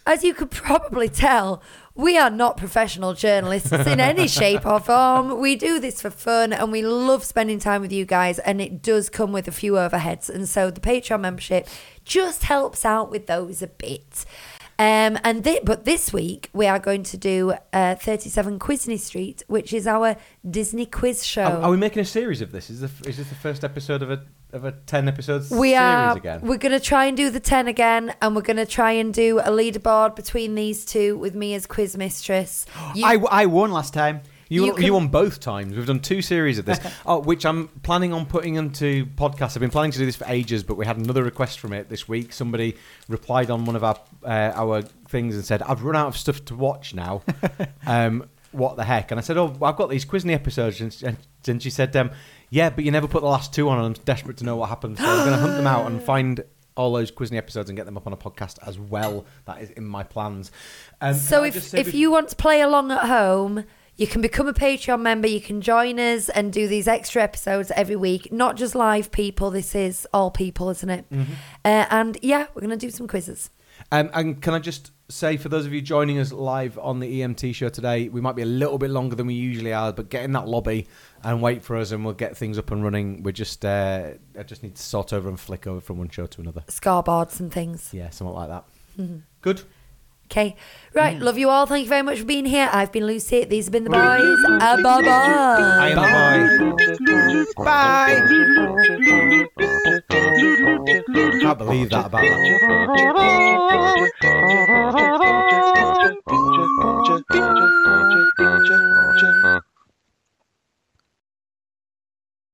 [SPEAKER 2] As you could probably tell, we are not professional journalists in any shape or form. We do this for fun and we love spending time with you guys, and it does come with a few overheads. And so the Patreon membership just helps out with those a bit. Um, and thi- but this week we are going to do uh, 37 Quizney Street, which is our Disney quiz show.
[SPEAKER 3] Are, are we making a series of this? Is, the, is this the first episode of a of a ten episode
[SPEAKER 2] we
[SPEAKER 3] series
[SPEAKER 2] are
[SPEAKER 3] again?
[SPEAKER 2] we're going to try and do the 10 again and we're going to try and do a leaderboard between these two with me as quiz
[SPEAKER 3] [gasps]
[SPEAKER 2] mistress You-
[SPEAKER 4] I, I won last time.
[SPEAKER 3] you
[SPEAKER 2] you
[SPEAKER 3] you,
[SPEAKER 2] can-
[SPEAKER 3] won both times. We've done two series
[SPEAKER 2] [laughs]
[SPEAKER 3] of this, oh, which I'm planning on putting into podcasts. I've been planning to do this for ages, but we had another request from it this week. Somebody replied on one of our uh, our things and said, "I've run out of stuff to
[SPEAKER 2] [laughs]
[SPEAKER 3] watch now." um, what the heck? And I said, "Oh, I've got these Quizney episodes," and, and, and she said, um, "Yeah, but you never put the last two on, and I'm desperate to know what happened, so I'm going to hunt them out
[SPEAKER 2] [gasps]
[SPEAKER 3] and find." All those Quizney episodes and get them up on a podcast as well. That is in my plans. Um, can
[SPEAKER 2] so
[SPEAKER 3] I just
[SPEAKER 2] if,
[SPEAKER 3] say
[SPEAKER 2] if
[SPEAKER 3] be-
[SPEAKER 2] you want to play along at home you can become a patreon member you can join us and do these extra episodes every week not just live people this is all people isn't it
[SPEAKER 3] Mm-hmm.
[SPEAKER 2] uh, and yeah we're going to do some quizzes
[SPEAKER 3] Um, and can I just say, for those of you joining us live on the EMT show today, we might be a little bit longer than we usually are, but get in that lobby and wait for us, and we'll get things up and running. We're just, uh, I just need to sort over and flick over from one show to another.
[SPEAKER 2] scoreboards and things
[SPEAKER 3] Yeah, something like that. Good.
[SPEAKER 2] okay right
[SPEAKER 3] Mm.
[SPEAKER 2] love you all thank you very much for being here i've been lucy these have been the boys uh, bye bye
[SPEAKER 4] I am a boy. Bye.
[SPEAKER 3] Can't believe that about that.
[SPEAKER 6] Bye.